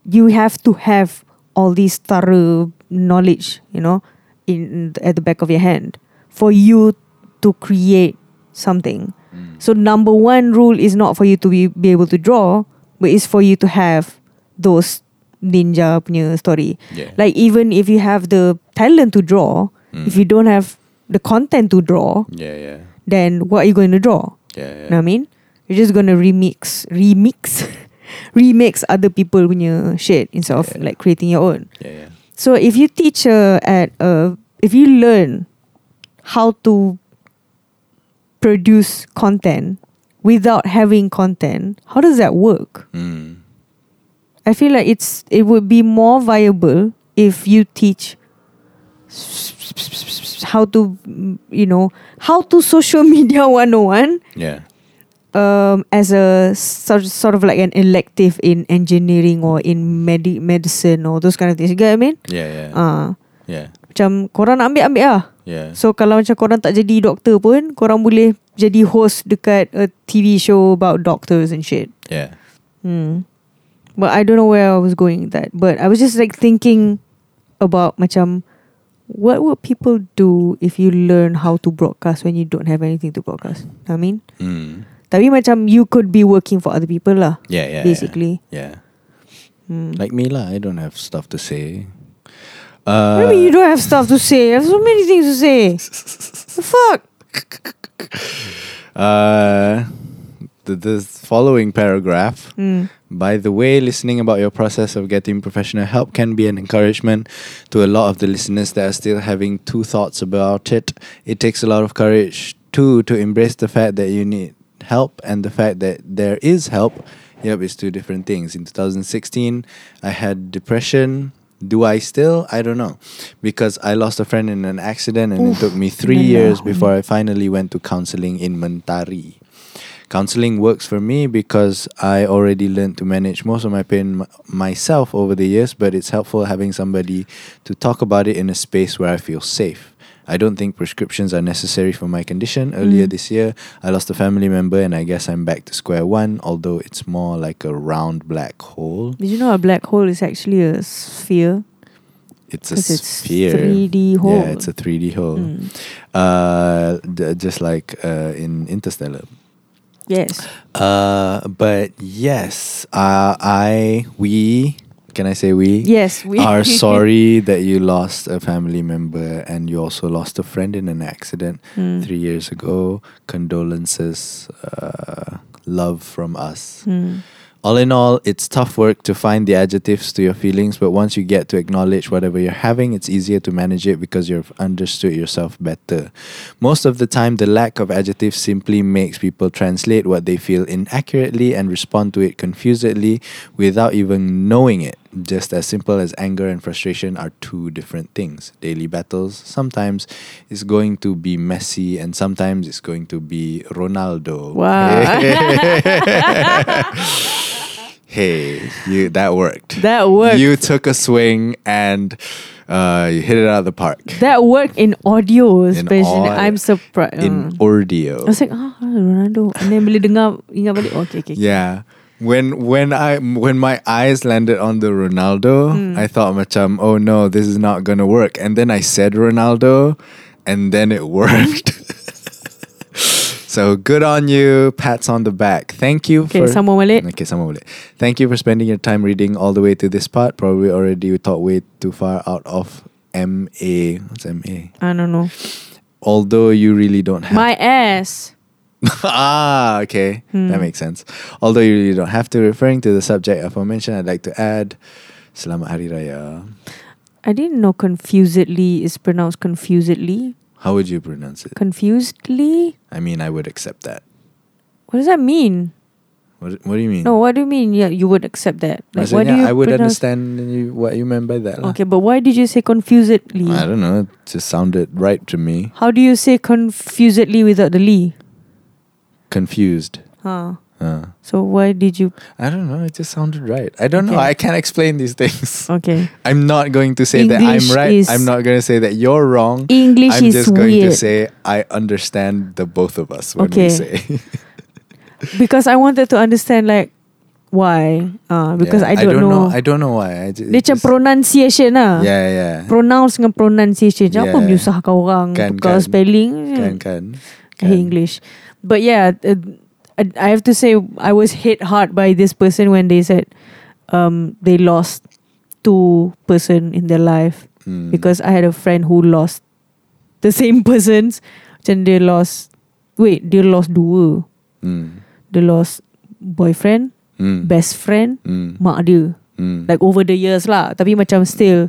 [SPEAKER 2] You have to have all these thorough knowledge, you know, in, in- at the back of your hand for you to create something.
[SPEAKER 1] Mm.
[SPEAKER 2] So number one rule is not for you to be, be able to draw, but it's for you to have those ninja punya story.
[SPEAKER 1] Yeah.
[SPEAKER 2] Like even if you have the talent to draw,
[SPEAKER 1] Mm.
[SPEAKER 2] if you don't have the content to draw,
[SPEAKER 1] yeah, yeah,
[SPEAKER 2] then what are you going to draw?
[SPEAKER 1] yeah, yeah.
[SPEAKER 2] Know what I mean? You're just gonna remix, remix, [LAUGHS] remix other people punya shit instead of
[SPEAKER 1] Yeah.
[SPEAKER 2] like creating your own.
[SPEAKER 1] yeah, yeah.
[SPEAKER 2] So if you teach uh, at uh, if you learn how to produce content without having content, how does that work?
[SPEAKER 1] Mm.
[SPEAKER 2] I feel like it's it would be more viable if you teach how to mm, you know how to social [LAUGHS] media 101
[SPEAKER 1] Yeah.
[SPEAKER 2] um, as a sort, sort of like an elective in engineering or in medi- medicine or those kind of things. You get what I mean?
[SPEAKER 1] Yeah, yeah.
[SPEAKER 2] Ah,
[SPEAKER 1] yeah.
[SPEAKER 2] macam korang nak ambil ambil lah.
[SPEAKER 1] Yeah.
[SPEAKER 2] So kalau macam korang tak jadi doktor pun, korang boleh jadi host dekat a TV show about doctors and shit.
[SPEAKER 1] yeah.
[SPEAKER 2] Hmm. But I don't know where I was going with that. But I was just like thinking about macam what would people do if you learn how to broadcast when you don't have anything to broadcast? I mean,
[SPEAKER 1] Mm.
[SPEAKER 2] tapi macam you could be working for other people lah.
[SPEAKER 1] Yeah, yeah.
[SPEAKER 2] basically.
[SPEAKER 1] Yeah.
[SPEAKER 2] Hmm.
[SPEAKER 1] yeah. Like me lah, I don't have stuff to say. Uh,
[SPEAKER 2] What do you mean you don't have stuff to say? I have so many things to
[SPEAKER 1] [LAUGHS]
[SPEAKER 2] say. the fuck?
[SPEAKER 1] Uh, the, the following paragraph.
[SPEAKER 2] Hmm.
[SPEAKER 1] By the way, listening about your process of getting professional help can be an encouragement to a lot of the listeners that are still having two thoughts about it. It takes a lot of courage too to embrace the fact that you need help and the fact that there is help. Yep, it's two different things. In 2016, I had depression. Do I still? I don't know. Because I lost a friend in an accident and
[SPEAKER 2] Oof,
[SPEAKER 1] it took me three
[SPEAKER 2] Mendah.
[SPEAKER 1] years before I finally went to counseling in Mentari counseling works for me because I already learned to manage most of my pain m- myself over the years, but it's helpful having somebody to talk about it in a space where I feel safe. I don't think prescriptions are necessary for my condition. Earlier
[SPEAKER 2] Mm.
[SPEAKER 1] this year, I lost a family member, and I guess I'm back to square one, although it's more like a round black hole.
[SPEAKER 2] Did you know a black hole is actually a sphere?
[SPEAKER 1] It's a
[SPEAKER 2] 'Cause it's
[SPEAKER 1] sphere.
[SPEAKER 2] 3D hole.
[SPEAKER 1] Yeah, it's a 3D hole.
[SPEAKER 2] Mm.
[SPEAKER 1] Uh, d- just like uh, in Interstellar.
[SPEAKER 2] Yes.
[SPEAKER 1] Uh, but yes, uh, I we can I say we
[SPEAKER 2] Yes. We [LAUGHS]
[SPEAKER 1] are sorry that you lost a family member and you also lost a friend in an accident
[SPEAKER 2] Mm.
[SPEAKER 1] three years ago. Condolences, uh, love from us.
[SPEAKER 2] Mm.
[SPEAKER 1] All in all, it's tough work to find the adjectives to your feelings, but once you get to acknowledge whatever you're having, it's easier to manage it because you've understood yourself better. Most of the time, the lack of adjectives simply makes people translate what they feel inaccurately and respond to it confusedly without even knowing it. Just as simple as anger and frustration are two different things. Daily battles sometimes is going to be messy and sometimes it's going to be Ronaldo. [LAUGHS] Hey, you that worked.
[SPEAKER 2] That worked.
[SPEAKER 1] You took a swing and uh, you hit it out of the park
[SPEAKER 2] that worked in audio
[SPEAKER 1] In
[SPEAKER 2] especially.
[SPEAKER 1] au-
[SPEAKER 2] I'm surprised.
[SPEAKER 1] in
[SPEAKER 2] Mm.
[SPEAKER 1] audio.
[SPEAKER 2] I was like, ah, Ronaldo. And then bila dengar, ingat balik, oh, okay, okay.
[SPEAKER 1] Yeah. When when I when my eyes landed on the Ronaldo,
[SPEAKER 2] Hmm.
[SPEAKER 1] I thought macam, oh no, this is not gonna work. And then I said Ronaldo, and then it [LAUGHS] worked. so good on you, pats on the back. Thank you.
[SPEAKER 2] Okay,
[SPEAKER 1] for,
[SPEAKER 2] sambung balik.
[SPEAKER 1] Okay, sama boleh. Thank you for spending your time reading all the way to this part. Probably already we thought way too far out of MA. What's MA?
[SPEAKER 2] I don't know.
[SPEAKER 1] Although you really don't have
[SPEAKER 2] My ass.
[SPEAKER 1] [LAUGHS] ah, okay.
[SPEAKER 2] Hmm.
[SPEAKER 1] That makes sense. Although you really don't have to, referring to the subject aforementioned, I'd like to add Selamat Hari Raya.
[SPEAKER 2] I didn't know confusedly is pronounced confusedly.
[SPEAKER 1] How would you pronounce it?
[SPEAKER 2] Confusedly?
[SPEAKER 1] I mean, I would accept that.
[SPEAKER 2] What does that mean?
[SPEAKER 1] What, what do you mean?
[SPEAKER 2] No, what do you mean? Yeah, you would accept that. Like, why do
[SPEAKER 1] Maksudnya,
[SPEAKER 2] you
[SPEAKER 1] I would
[SPEAKER 2] pronounce-
[SPEAKER 1] understand you, what you meant by that. lah.
[SPEAKER 2] Okay, but why did you say confusedly?
[SPEAKER 1] I don't know. It just sounded right to me.
[SPEAKER 2] How do you say confusedly without the li?
[SPEAKER 1] Confused.
[SPEAKER 2] Huh.
[SPEAKER 1] Uh,
[SPEAKER 2] So why did you?
[SPEAKER 1] I don't know. It just sounded right. I don't know.
[SPEAKER 2] Okay.
[SPEAKER 1] I can't explain these things. [LAUGHS]
[SPEAKER 2] Okay.
[SPEAKER 1] I'm not going to say that I'm
[SPEAKER 2] English
[SPEAKER 1] right.
[SPEAKER 2] is-
[SPEAKER 1] I'm not going to say that you're wrong.
[SPEAKER 2] English
[SPEAKER 1] I'm
[SPEAKER 2] is
[SPEAKER 1] just going
[SPEAKER 2] weird
[SPEAKER 1] to say uh, I understand the both of us when
[SPEAKER 2] Okay.
[SPEAKER 1] we say. [LAUGHS]
[SPEAKER 2] because I wanted to understand like why. Uh, because
[SPEAKER 1] Yeah,
[SPEAKER 2] I, don't know.
[SPEAKER 1] I don't know why. I ju-
[SPEAKER 2] Dia macam
[SPEAKER 1] just-
[SPEAKER 2] pronunciation lah.
[SPEAKER 1] Yeah, yeah.
[SPEAKER 2] Pronounce dengan pronunciation. Jangan
[SPEAKER 1] Yeah.
[SPEAKER 2] menyusahkan orang
[SPEAKER 1] Kan,
[SPEAKER 2] tukar
[SPEAKER 1] kan.
[SPEAKER 2] spelling.
[SPEAKER 1] Kan, kan.
[SPEAKER 2] I hate English. But yeah, it, I, I have to say I was hit hard by this person when they said um, they lost two person in their life
[SPEAKER 1] Mm.
[SPEAKER 2] because I had a friend who lost the same [LAUGHS] persons. Then they lost. Wait, they lost dua.
[SPEAKER 1] mm.
[SPEAKER 2] They lost boyfriend,
[SPEAKER 1] Mm.
[SPEAKER 2] best friend,
[SPEAKER 1] Mm.
[SPEAKER 2] mak dia.
[SPEAKER 1] Mm.
[SPEAKER 2] Like over the years lah Tapi macam still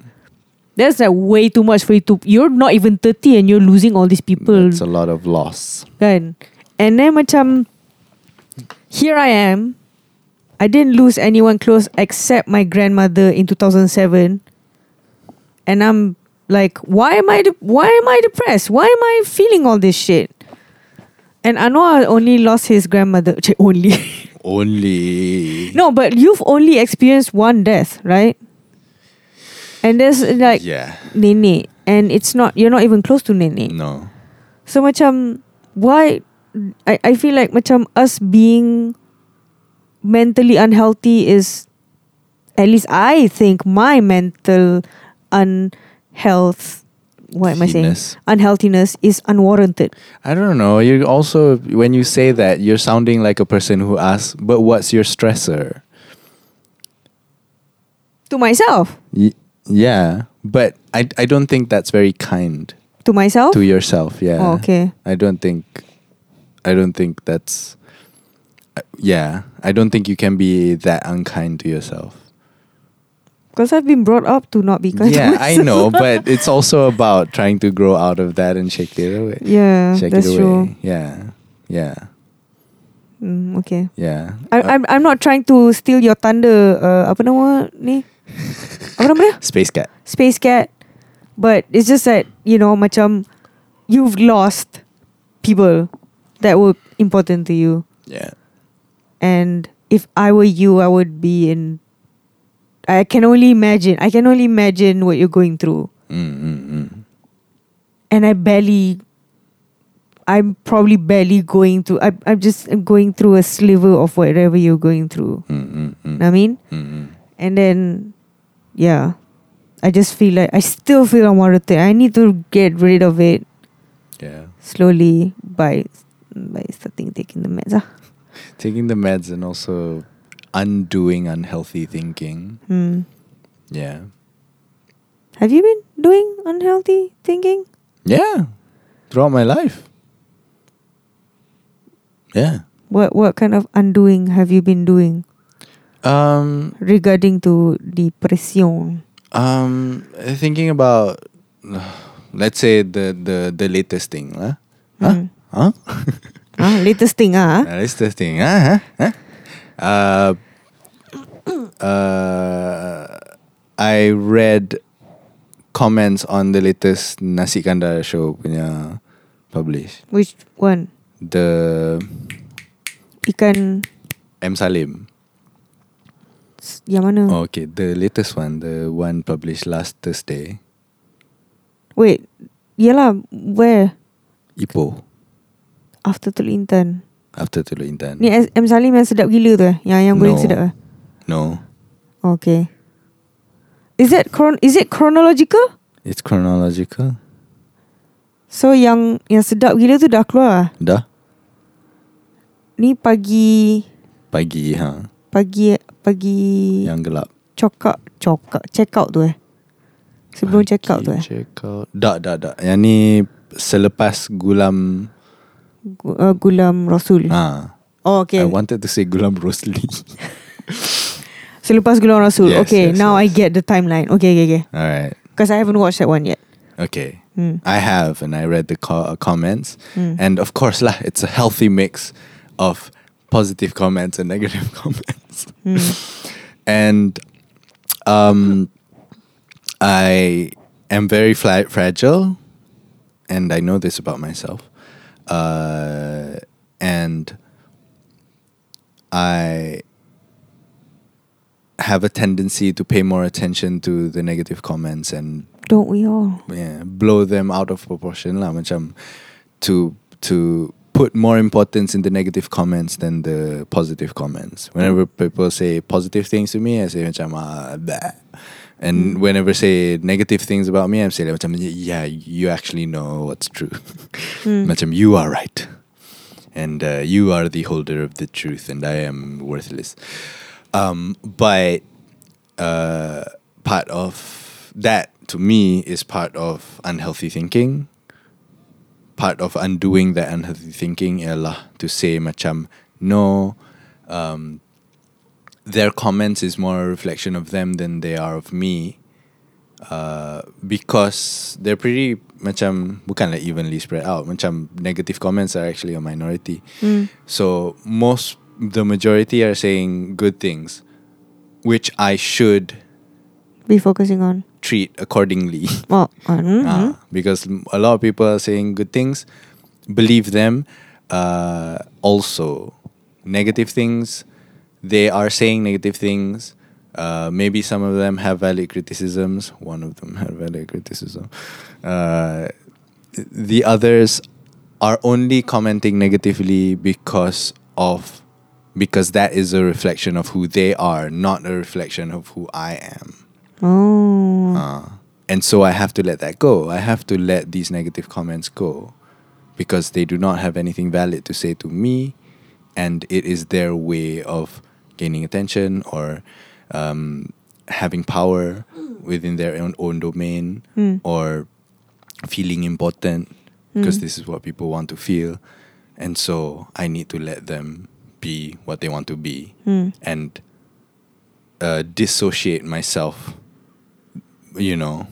[SPEAKER 2] That's like way too much for you to You're not even 30 And you're losing all these people
[SPEAKER 1] That's a lot of loss.
[SPEAKER 2] Kan And then macam Here I am I didn't lose anyone close Except my grandmother In 2007 And I'm Like Why am I de- Why am I depressed Why am I feeling all this shit And Anwar only lost his grandmother [LAUGHS] Cik, Only
[SPEAKER 1] Only.
[SPEAKER 2] No, but you've only experienced one death, right? And there's like
[SPEAKER 1] yeah.
[SPEAKER 2] Nene, and it's not you're not even close to Nene.
[SPEAKER 1] No.
[SPEAKER 2] So macam why I, I feel like macam us being mentally unhealthy is at least I think my mental unhealth what am I saying?
[SPEAKER 1] Healthiness.
[SPEAKER 2] Unhealthiness is unwarranted.
[SPEAKER 1] I don't know. You also when you say that, you're sounding like a person who asks, "But what's your stressor?"
[SPEAKER 2] To myself.
[SPEAKER 1] Y- yeah, but I I don't think that's very kind
[SPEAKER 2] To myself?
[SPEAKER 1] to yourself. Yeah.
[SPEAKER 2] Oh, okay.
[SPEAKER 1] I don't think I don't think that's uh, yeah, I don't think you can be that unkind to yourself.
[SPEAKER 2] Because I've been brought up to not be kind to
[SPEAKER 1] yeah, I
[SPEAKER 2] myself.
[SPEAKER 1] know,
[SPEAKER 2] [LAUGHS]
[SPEAKER 1] but it's also about trying to grow out of that and shake it away.
[SPEAKER 2] Yeah,
[SPEAKER 1] shake
[SPEAKER 2] that's
[SPEAKER 1] it away.
[SPEAKER 2] true.
[SPEAKER 1] Yeah. Yeah.
[SPEAKER 2] Mm, okay.
[SPEAKER 1] Yeah.
[SPEAKER 2] I,
[SPEAKER 1] Uh,
[SPEAKER 2] I'm I'm not trying to steal your thunder. Uh, apa nama
[SPEAKER 1] [LAUGHS]
[SPEAKER 2] ni? apa nama dia?
[SPEAKER 1] Uh, Space cat.
[SPEAKER 2] Space cat. But it's just that you know, macam you've lost people that were important to you,
[SPEAKER 1] Yeah.
[SPEAKER 2] and if I were you, I would be in. I can only imagine. I can only imagine what you're going through,
[SPEAKER 1] Mm, mm, mm.
[SPEAKER 2] and I barely. I'm probably barely going through. I, I'm just I'm going through a sliver of whatever you're going through.
[SPEAKER 1] Mm, mm, mm.
[SPEAKER 2] Know what I mean.
[SPEAKER 1] Mm, mm.
[SPEAKER 2] And then, yeah, I just feel like I still feel unwarranted. I need to get rid of it
[SPEAKER 1] Yeah.
[SPEAKER 2] slowly by by starting taking the meds. Ah.
[SPEAKER 1] Taking the meds and also undoing unhealthy thinking.
[SPEAKER 2] Hmm.
[SPEAKER 1] Yeah.
[SPEAKER 2] Have you been doing unhealthy thinking?
[SPEAKER 1] Yeah. Throughout my life. Yeah.
[SPEAKER 2] What what kind of undoing have you been doing
[SPEAKER 1] Um
[SPEAKER 2] regarding to depression?
[SPEAKER 1] um thinking about [SIGHS] let's say the the the latest thing, huh?
[SPEAKER 2] Hmm.
[SPEAKER 1] Huh? [LAUGHS]
[SPEAKER 2] Ah, latest thing ah.
[SPEAKER 1] The latest thing, huh? huh? Huh? Uh, uh I read comments on the latest Nasi Kandar show punya publish.
[SPEAKER 2] Which one?
[SPEAKER 1] The
[SPEAKER 2] Ikan
[SPEAKER 1] M Salim.
[SPEAKER 2] s- yang mana?
[SPEAKER 1] Oh, okay, the latest one, the one published last Thursday,
[SPEAKER 2] Wait. Yalah, where?
[SPEAKER 1] Ipoh
[SPEAKER 2] After Teluk Intan.
[SPEAKER 1] after Teluk Intan.
[SPEAKER 2] Ni S- M Salim yang sedap gila tu eh? Yang ayam goreng
[SPEAKER 1] No.
[SPEAKER 2] sedap eh?
[SPEAKER 1] No,
[SPEAKER 2] Okay. Is that chron- is it chronological?
[SPEAKER 1] it's chronological.
[SPEAKER 2] So yang yang sedap gila tu dah keluar. ah? lah.
[SPEAKER 1] Dah
[SPEAKER 2] Ni pagi
[SPEAKER 1] pagi ha,
[SPEAKER 2] pagi pagi
[SPEAKER 1] yang gelap.
[SPEAKER 2] cokak cokak check out tu eh. Sebelum check out tu eh.
[SPEAKER 1] Check out. Dak dak dak. Yang ni selepas gulam
[SPEAKER 2] Gu- uh, Gulam Rasul.
[SPEAKER 1] ha.
[SPEAKER 2] Oh
[SPEAKER 1] I
[SPEAKER 2] okay.
[SPEAKER 1] wanted to say gulam [LAUGHS] Rosli.
[SPEAKER 2] Selepas Gulam Rasul.
[SPEAKER 1] Yes,
[SPEAKER 2] okay,
[SPEAKER 1] yes,
[SPEAKER 2] now I
[SPEAKER 1] yes.
[SPEAKER 2] get the timeline. Okay, okay, okay.
[SPEAKER 1] Alright.
[SPEAKER 2] Because I haven't watched that one yet.
[SPEAKER 1] Okay.
[SPEAKER 2] Hmm.
[SPEAKER 1] I have and I read the co- uh, comments
[SPEAKER 2] Mm.
[SPEAKER 1] and of course lah it's a healthy mix of positive comments and negative [LAUGHS] comments. and um I am very fla- fragile and I know this about myself. Uh and I have a tendency to pay more attention to the negative comments and
[SPEAKER 2] Don't we all?
[SPEAKER 1] yeah, blow them out of proportion lah macam to to put more importance in the negative comments than the positive comments. Whenever people say positive things to me, I say macam ah, blah. And whenever say negative things about me, I'm saying macam yeah, you actually know what's true.
[SPEAKER 2] Mm.
[SPEAKER 1] macam you are right. and uh, you are the holder of the truth, and I am worthless. Um, but uh, part of that to me is part of unhealthy thinking. Part of undoing that unhealthy thinking ialah to say macam no, um, their comments is more a reflection of them than they are of me. Uh, because they're pretty macam bukan like evenly spread out. Macam negative comments are actually a minority.
[SPEAKER 2] Mm.
[SPEAKER 1] So most the majority are saying good things, which I should
[SPEAKER 2] Be focusing on.
[SPEAKER 1] treat accordingly.
[SPEAKER 2] Oh, mm-hmm.
[SPEAKER 1] Ah, because m- a lot of people are saying good things, believe them. Uh, also, negative things, they are saying negative things. Uh, maybe some of them have valid criticisms. One of them had valid criticism. Uh, the others are only commenting negatively because of because that is a reflection of who they are, not a reflection of who I am.
[SPEAKER 2] Oh.
[SPEAKER 1] Uh, and so I have to let that go. I have to let these negative comments go because they do not have anything valid to say to me, and it is their way of gaining attention or um, having power within their own, own domain
[SPEAKER 2] Mm.
[SPEAKER 1] or feeling important because
[SPEAKER 2] Mm.
[SPEAKER 1] this is what people want to feel. And so I need to let them be what they want to be
[SPEAKER 2] Mm.
[SPEAKER 1] and uh, dissociate myself, you know,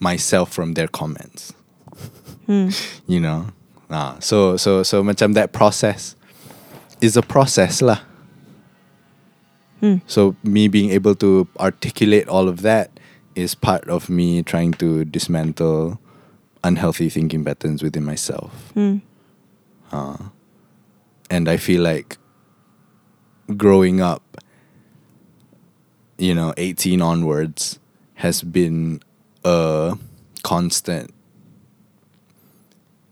[SPEAKER 1] myself from their comments,
[SPEAKER 2] Mm.
[SPEAKER 1] [LAUGHS] you know. Ah, so so so macam that process is a process lah.
[SPEAKER 2] Mm.
[SPEAKER 1] So me being able to articulate all of that is part of me trying to dismantle unhealthy thinking patterns within myself.
[SPEAKER 2] Mm.
[SPEAKER 1] Uh, and I feel like growing up, you know, 18 onwards has been a constant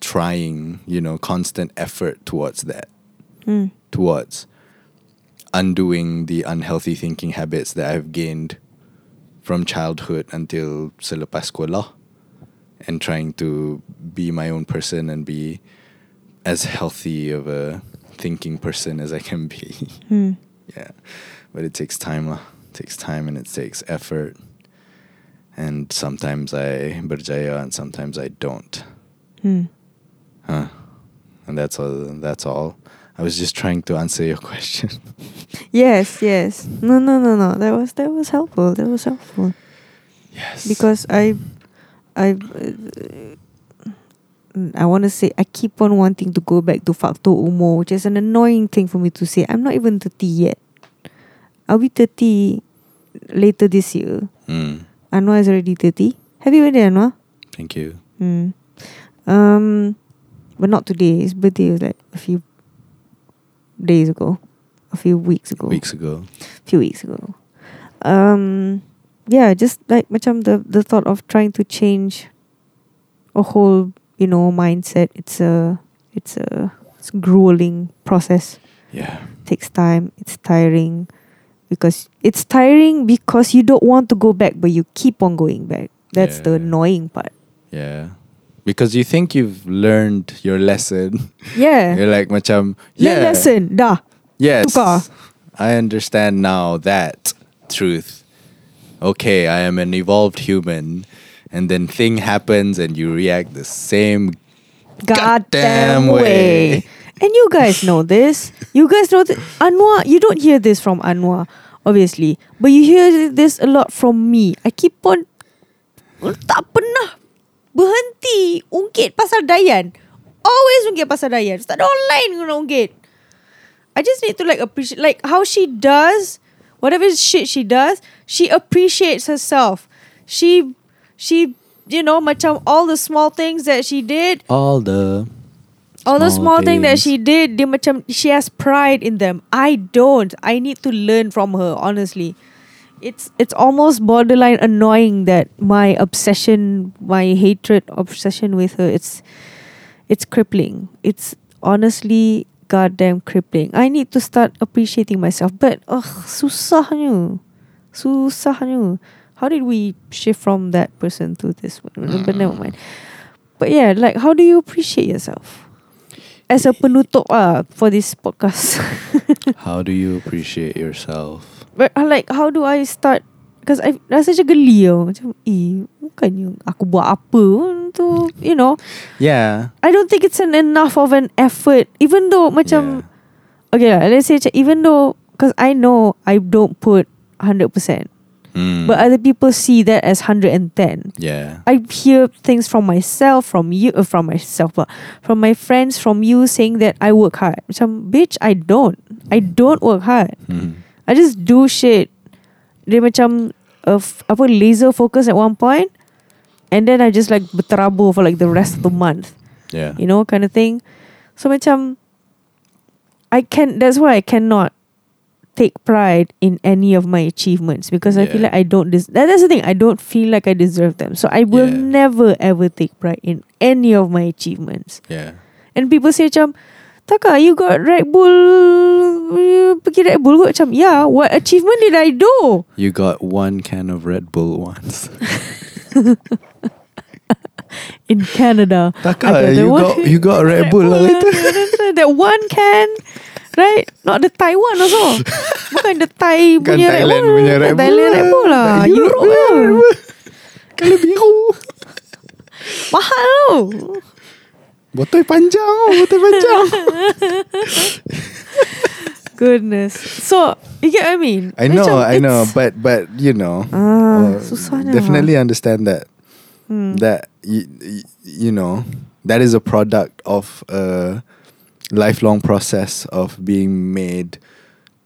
[SPEAKER 1] trying, you know, constant effort towards that,
[SPEAKER 2] Mm.
[SPEAKER 1] towards undoing the unhealthy thinking habits that I've gained from childhood until selepas sekolah and trying to be my own person and be as healthy of a thinking person as I can be. [LAUGHS]
[SPEAKER 2] Mm.
[SPEAKER 1] yeah. But it takes time lah. It takes time and it takes effort. And sometimes I berjaya and sometimes I don't.
[SPEAKER 2] Mm.
[SPEAKER 1] Huh. And that's all that's all. I was just trying to answer your [LAUGHS] question.
[SPEAKER 2] Yes, yes. No, no, no, no. That was that was helpful. That was helpful.
[SPEAKER 1] yes.
[SPEAKER 2] because I, I, uh, I want to say I keep on wanting to go back to factor umo, which is an annoying thing for me to say. I'm not even thirty yet. I'll be thirty later this year.
[SPEAKER 1] Mm.
[SPEAKER 2] Anwar is already thirty. Have you been there, Anwar?
[SPEAKER 1] Thank you.
[SPEAKER 2] Hmm. Um, but not today. His birthday was like a few days ago, a few weeks ago
[SPEAKER 1] Weeks ago.
[SPEAKER 2] few weeks ago. Um, yeah, just like macam the the thought of trying to change a whole you know mindset. It's a it's a it's a grueling process.
[SPEAKER 1] Yeah.
[SPEAKER 2] takes time. It's tiring because it's tiring because you don't want to go back, but you keep on going back. That's the
[SPEAKER 1] Yeah.
[SPEAKER 2] annoying part.
[SPEAKER 1] Yeah. Because you think you've learned your lesson.
[SPEAKER 2] Yeah.
[SPEAKER 1] [LAUGHS] You're like macam
[SPEAKER 2] Learn
[SPEAKER 1] yeah.
[SPEAKER 2] lesson. Dah.
[SPEAKER 1] Yes.
[SPEAKER 2] Tukar.
[SPEAKER 1] I understand now that truth. Okay, I am an evolved human. And then thing happens and you react the same. Goddamn
[SPEAKER 2] goddamn way.
[SPEAKER 1] way.
[SPEAKER 2] And you guys know this. You guys know this. Anwar, you don't hear this from Anwar, obviously. But you hear this a lot from me. I keep on tak pernah berhenti ungkit pasal Dayan. Always ungkit pasal Dayan. Tak ada online kena ungkit. I just need to like appreciate like how she does whatever shit she does, she appreciates herself. She she you know macam all the small things that she did
[SPEAKER 1] All the
[SPEAKER 2] all the
[SPEAKER 1] Small
[SPEAKER 2] small thing that
[SPEAKER 1] things.
[SPEAKER 2] she did, dia macam she has pride in them. I don't. I need to learn from her. Honestly, it's it's almost borderline annoying that my obsession, my hatred obsession with her, it's it's crippling. It's honestly goddamn crippling. I need to start appreciating myself. But ugh, susahnya, susahnya. How did we shift from that person to this one? But never mind. But yeah, like how do you appreciate yourself? as a penutup ah for this
[SPEAKER 1] [LAUGHS]
[SPEAKER 2] podcast.
[SPEAKER 1] How do you appreciate yourself?
[SPEAKER 2] But I like how do I start Because I rasa macam geli tau Macam eh Bukannya aku buat apa pun tu You know
[SPEAKER 1] Yeah.
[SPEAKER 2] I don't think it's an enough of an effort Even though macam Okay lah let's say macam Even though Because I know I don't put 100%
[SPEAKER 1] Yeah. Mm.
[SPEAKER 2] But other people see that as 110
[SPEAKER 1] yeah.
[SPEAKER 2] I hear things from myself, from you, uh, from myself, but from my friends, from you saying that I work hard. Some bitch, I don't. I don't work hard.
[SPEAKER 1] Mm.
[SPEAKER 2] I just do shit. Dia macam uh, f- apa laser focus at one point, and then I just like berterabur for like the rest of the month,
[SPEAKER 1] Yeah.
[SPEAKER 2] you know, kind of thing. So macam I can. That's why I cannot take pride in any of my achievements because I feel
[SPEAKER 1] Yeah.
[SPEAKER 2] like I don't. Des- that, that's the thing. I don't feel like I deserve them. So I will
[SPEAKER 1] Yeah.
[SPEAKER 2] never ever take pride in any of my achievements.
[SPEAKER 1] Yeah.
[SPEAKER 2] And people say macam Taka you got Red Bull you Pergi Red Bull kot Macam yeah What achievement did I do
[SPEAKER 1] You got one can of Red Bull [LAUGHS] once.
[SPEAKER 2] In Canada I
[SPEAKER 1] Taka, you
[SPEAKER 2] one-
[SPEAKER 1] got you got Red Bull lah later.
[SPEAKER 2] [LAUGHS]
[SPEAKER 1] [LAUGHS]
[SPEAKER 2] That one can Right Not the Taiwan also Bukan the Thai
[SPEAKER 1] Bukan
[SPEAKER 2] punya Red
[SPEAKER 1] Thailand
[SPEAKER 2] Bull
[SPEAKER 1] punya Red
[SPEAKER 2] Tak
[SPEAKER 1] Bull
[SPEAKER 2] Thailand
[SPEAKER 1] lah.
[SPEAKER 2] Red Bull lah
[SPEAKER 1] Tak Europe
[SPEAKER 2] Europe
[SPEAKER 1] punya
[SPEAKER 2] lah
[SPEAKER 1] Red Bull. Kalau
[SPEAKER 2] [LAUGHS]
[SPEAKER 1] biru.
[SPEAKER 2] Mahal tau
[SPEAKER 1] Botol panjang, oh, botol panjang.
[SPEAKER 2] [LAUGHS] Goodness So You get what I mean
[SPEAKER 1] I know,
[SPEAKER 2] Macam
[SPEAKER 1] I know,
[SPEAKER 2] it's-
[SPEAKER 1] but but you know, uh,
[SPEAKER 2] Ah, susahnya.
[SPEAKER 1] definitely uh, understand that
[SPEAKER 2] Hmm.
[SPEAKER 1] that you, you know that is a product of a lifelong process of being made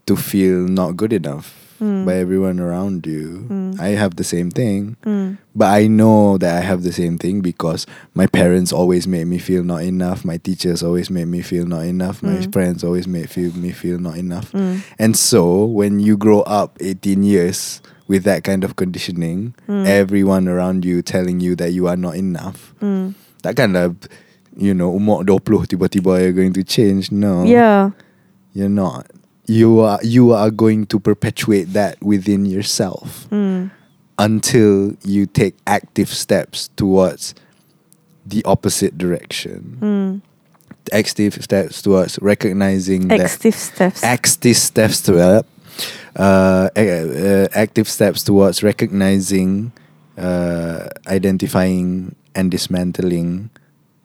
[SPEAKER 1] to feel not good enough
[SPEAKER 2] Hmm.
[SPEAKER 1] by everyone around you.
[SPEAKER 2] Hmm.
[SPEAKER 1] I have the same thing,
[SPEAKER 2] Hmm.
[SPEAKER 1] but I know that I have the same thing because my parents always made me feel not enough. My teachers always made me feel not enough. My
[SPEAKER 2] Hmm.
[SPEAKER 1] friends always made feel me feel not enough.
[SPEAKER 2] Hmm.
[SPEAKER 1] And so, when you grow up 18 years with that kind of conditioning,
[SPEAKER 2] Hmm.
[SPEAKER 1] everyone around you telling you that you are not enough,
[SPEAKER 2] Hmm.
[SPEAKER 1] takkanlah, you know, umur 20 tiba-tiba you're going to change. No.
[SPEAKER 2] Yeah
[SPEAKER 1] You're not. You are you are going to perpetuate that within yourself
[SPEAKER 2] Hmm.
[SPEAKER 1] until you take active steps towards the opposite direction.
[SPEAKER 2] Hmm.
[SPEAKER 1] Active steps towards recognizing that
[SPEAKER 2] Active steps.
[SPEAKER 1] active steps to uh, uh, uh, active steps towards recognizing, uh, identifying, and dismantling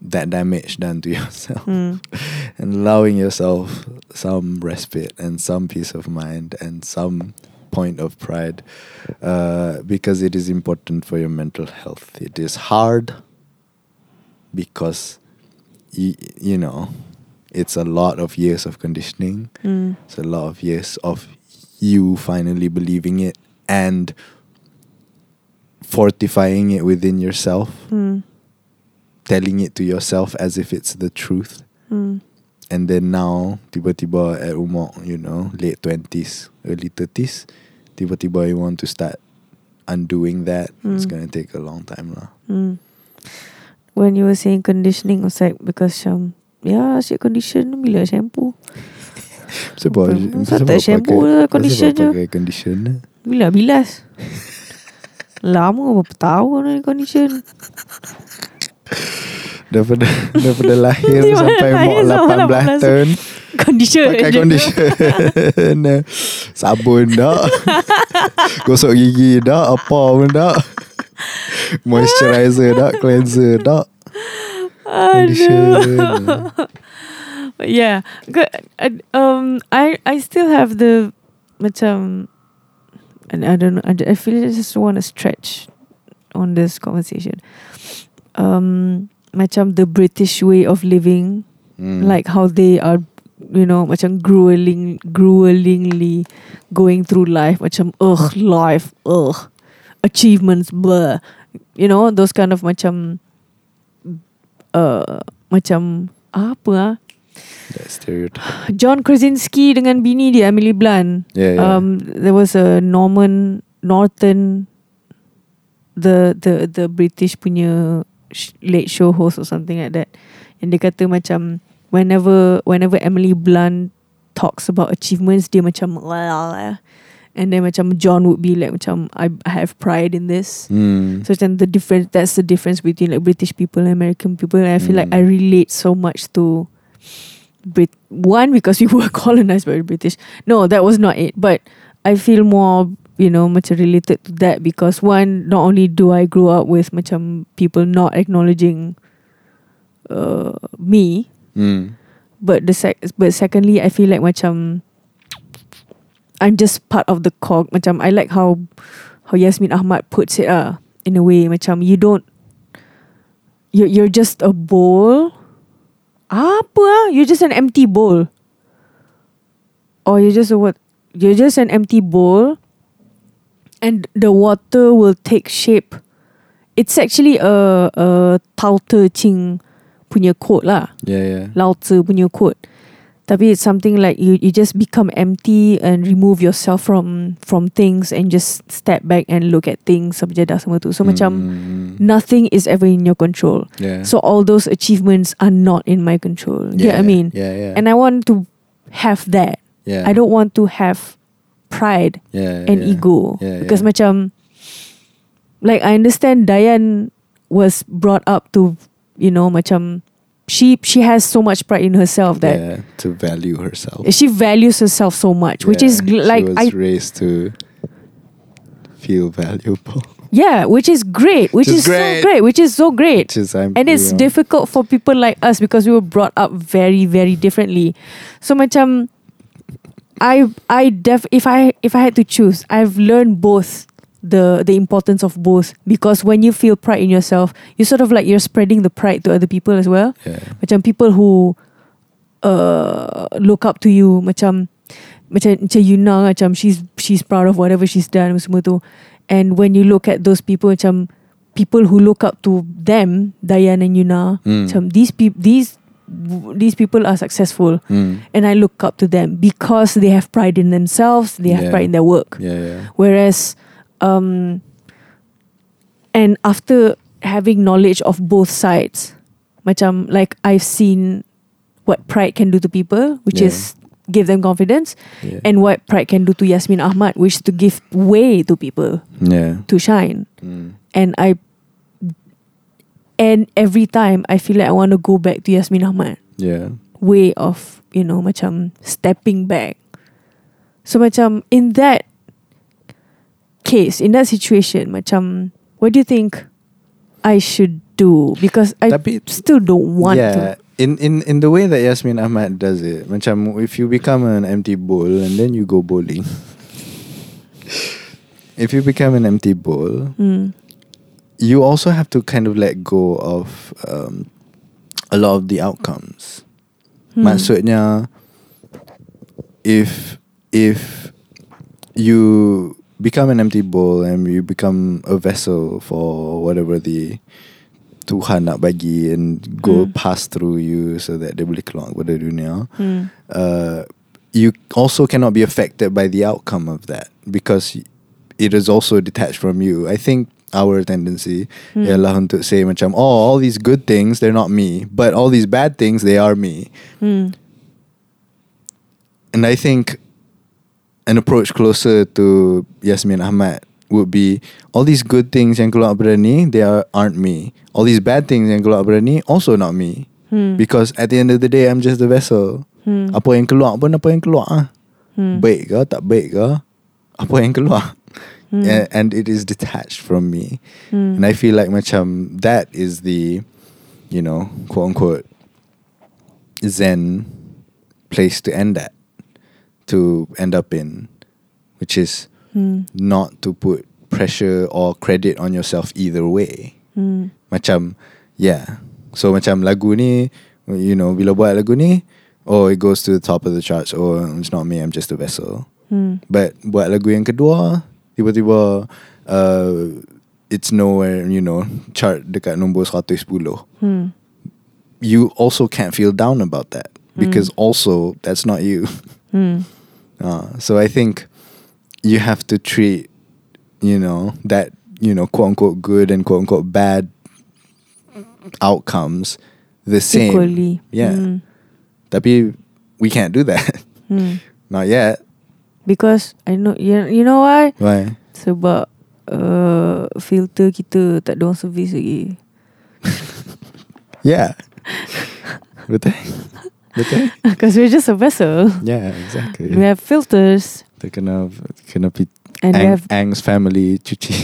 [SPEAKER 1] that damage done to [LAUGHS] yourself,
[SPEAKER 2] Mm.
[SPEAKER 1] and allowing yourself some respite and some peace of mind and some point of pride, uh, because it is important for your mental health. It is hard because you, you know it's a lot of years of conditioning.
[SPEAKER 2] Mm.
[SPEAKER 1] It's a lot of years of you finally believing it and fortifying it within yourself,
[SPEAKER 2] Mm.
[SPEAKER 1] telling it to yourself as if it's the truth.
[SPEAKER 2] Mm.
[SPEAKER 1] And then now, tiba-tiba at umur, you know, late 20s, early 30s, tiba-tiba you want to start undoing that. It's
[SPEAKER 2] Mm.
[SPEAKER 1] going to take a long time lah.
[SPEAKER 2] Mm. When you were saying conditioning, I was like because um, yeah, asyik condition bila shampoo.
[SPEAKER 1] Sebab,
[SPEAKER 2] Apa? Pasal tak shampoo lah, condition je.
[SPEAKER 1] pakai conditioner.
[SPEAKER 2] Bila
[SPEAKER 1] [LAUGHS]
[SPEAKER 2] bilas. Lama berapa tahun ni condition.
[SPEAKER 1] Daripada, [LAUGHS] daripada lahir
[SPEAKER 2] Daripada
[SPEAKER 1] sampai umur
[SPEAKER 2] lahir sampai
[SPEAKER 1] 18
[SPEAKER 2] 18
[SPEAKER 1] tahun.
[SPEAKER 2] Condition.
[SPEAKER 1] Pakai
[SPEAKER 2] je.
[SPEAKER 1] condition [LAUGHS] Sabun tak [LAUGHS] Gosok gigi tak Apa pun tak Moisturizer tak Cleanser tak
[SPEAKER 2] Aduh. [LAUGHS] yeah. Good. I- Um, I I still have the macam and I don't know. I, I feel I just want to stretch on this conversation. Um, macam the British way of living,
[SPEAKER 1] Mm.
[SPEAKER 2] like how they are, you know, macam grueling, gruelingly going through life. Macam ugh, life, ugh, achievements, blah. You know, those kind of macam, uh, macam apa ah?
[SPEAKER 1] That stereotype
[SPEAKER 2] John Krasinski dengan bini dia Emily Blunt.
[SPEAKER 1] Yeah, yeah.
[SPEAKER 2] Um, there was a Norman Norton, the the the British punya sh- late show host or something like that. And dia kata macam whenever whenever Emily Blunt talks about achievements dia macam and then macam John would be like macam I I have pride in this.
[SPEAKER 1] mm.
[SPEAKER 2] So then the difference that's the difference between like British people and American people. And I feel like
[SPEAKER 1] Mm.
[SPEAKER 2] I relate so much to Brit- one because we [LAUGHS] were colonized by the British. No, that was not it. But I feel more, you know, much related to that because one, not only do I grow up with macam people not acknowledging uh, me,
[SPEAKER 1] Mm.
[SPEAKER 2] but the sec- but secondly, I feel like macam I'm just part of the cog. Macam I like how how Yasmin Ahmad puts it ah in a way macam you don't you you're just a bowl. Apa ah? You're just an empty bowl. Or you're just a what? You're just an empty bowl, and the water will take shape. It's actually a a Tao Te Ching punya quote lah.
[SPEAKER 1] Yeah, yeah.
[SPEAKER 2] Lao Tzu punya quote. Tapi it's something like you you just become empty and remove yourself from from things and just step back and look at things saja dah semua tu. So macam
[SPEAKER 1] Mm, mm,
[SPEAKER 2] nothing is ever in your control.
[SPEAKER 1] yeah.
[SPEAKER 2] So all those achievements are not in my control. Yeah, I mean.
[SPEAKER 1] Yeah, yeah.
[SPEAKER 2] And I want to have that.
[SPEAKER 1] yeah.
[SPEAKER 2] I don't want to have pride
[SPEAKER 1] yeah,
[SPEAKER 2] and
[SPEAKER 1] yeah.
[SPEAKER 2] ego
[SPEAKER 1] Yeah,
[SPEAKER 2] because
[SPEAKER 1] yeah.
[SPEAKER 2] macam like I understand Diane was brought up to you know macam she she has so much pride in herself that
[SPEAKER 1] yeah, to value herself.
[SPEAKER 2] she values herself so much which
[SPEAKER 1] Yeah,
[SPEAKER 2] is gl- like
[SPEAKER 1] she was
[SPEAKER 2] I
[SPEAKER 1] raised to feel valuable. [LAUGHS]
[SPEAKER 2] yeah which is great which
[SPEAKER 1] Which
[SPEAKER 2] is
[SPEAKER 1] is great.
[SPEAKER 2] so great which is so great
[SPEAKER 1] Which is I'm
[SPEAKER 2] and it's
[SPEAKER 1] you know,
[SPEAKER 2] difficult for people like us because we were brought up very very differently so macam I I def if I if I had to choose I've learned both the the importance of both because when you feel pride in yourself you sort of like you're spreading the pride to other people as well
[SPEAKER 1] Yeah.
[SPEAKER 2] macam people who uh, look up to you macam macam macam Yuna macam she's she's proud of whatever she's done semua tu and when you look at those people macam people who look up to them Dayan and Yuna
[SPEAKER 1] Mm.
[SPEAKER 2] macam these people these w- these people are successful
[SPEAKER 1] Mm.
[SPEAKER 2] and I look up to them because they have pride in themselves they have
[SPEAKER 1] Yeah.
[SPEAKER 2] pride in their work
[SPEAKER 1] Yeah, yeah.
[SPEAKER 2] Whereas, um, and after having knowledge of both sides, macam like I've seen what pride can do to people, which
[SPEAKER 1] Yeah.
[SPEAKER 2] is give them confidence,
[SPEAKER 1] Yeah.
[SPEAKER 2] and what pride can do to Yasmin Ahmad, which is to give way to people
[SPEAKER 1] yeah.
[SPEAKER 2] to shine.
[SPEAKER 1] Mm.
[SPEAKER 2] And I, and every time I feel like I want to go back to Yasmin Ahmad
[SPEAKER 1] Yeah.
[SPEAKER 2] way of you know macam stepping back. So macam in that case, in that situation, macam what do you think I should do? Because I
[SPEAKER 1] Tapi-
[SPEAKER 2] still don't want
[SPEAKER 1] yeah.
[SPEAKER 2] to.
[SPEAKER 1] In, in in the way that Yasmin Ahmad does it, macam if you become an empty bowl and then you go bowling. [LAUGHS] if you become an empty bowl,
[SPEAKER 2] Mm.
[SPEAKER 1] you also have to kind of let go of um, a lot of the outcomes.
[SPEAKER 2] Hmm.
[SPEAKER 1] Maksudnya, if if you become an empty bowl and you become a vessel for whatever the Tuhan nak bagi and go
[SPEAKER 2] Hmm.
[SPEAKER 1] pass through you so that dia boleh keluar kepada dunia
[SPEAKER 2] Hmm.
[SPEAKER 1] uh, you also cannot be affected by the outcome of that because it is also detached from you. I think our tendency
[SPEAKER 2] Hmm.
[SPEAKER 1] ialah untuk say macam, oh, all these good things, they're not me. But all these bad things, they are me.
[SPEAKER 2] Hmm.
[SPEAKER 1] And I think an approach closer to Yasmin Ahmad would be all these good things yang keluar daripada ni, they are, aren't me. All these bad things yang keluar daripada ni, also not me.
[SPEAKER 2] Hmm.
[SPEAKER 1] Because at the end of the day, I'm just the vessel.
[SPEAKER 2] Hmm.
[SPEAKER 1] Apa yang keluar pun apa yang keluar ah.
[SPEAKER 2] Hmm.
[SPEAKER 1] Baik ke tak baik ke apa yang keluar.
[SPEAKER 2] Hmm.
[SPEAKER 1] A- And it is detached from me.
[SPEAKER 2] Hmm.
[SPEAKER 1] And I feel like macam that is the you know, quote unquote zen place to end at to end up in which is
[SPEAKER 2] Hmm.
[SPEAKER 1] not to put pressure or credit on yourself either way.
[SPEAKER 2] Hmm.
[SPEAKER 1] Macam Yeah So macam lagu ni You know Bila buat lagu ni Oh it goes to the top of the charts Oh it's not me I'm just a vessel
[SPEAKER 2] Hmm.
[SPEAKER 1] But buat lagu yang kedua Tiba-tiba uh, It's nowhere You know Chart dekat nombor 110
[SPEAKER 2] Hmm.
[SPEAKER 1] You also can't feel down about that Because also That's not you [LAUGHS]
[SPEAKER 2] Hmm.
[SPEAKER 1] Uh, so I think you have to treat, you know, that, you know, quote unquote good and quote unquote bad outcomes the same.
[SPEAKER 2] Equally.
[SPEAKER 1] Yeah.
[SPEAKER 2] Hmm.
[SPEAKER 1] Tapi we can't do that.
[SPEAKER 2] Hmm.
[SPEAKER 1] [LAUGHS] Not yet.
[SPEAKER 2] Because I know you, you know why?
[SPEAKER 1] Why?
[SPEAKER 2] Sebab uh, filter kita tak ada orang service lagi.
[SPEAKER 1] Yeah. Betul? Betul?
[SPEAKER 2] Because we're just a vessel.
[SPEAKER 1] yeah, exactly.
[SPEAKER 2] We have filters
[SPEAKER 1] Dia kena kena pi
[SPEAKER 2] and we
[SPEAKER 1] Ang,
[SPEAKER 2] have
[SPEAKER 1] Ang's family
[SPEAKER 2] [LAUGHS]
[SPEAKER 1] cuci.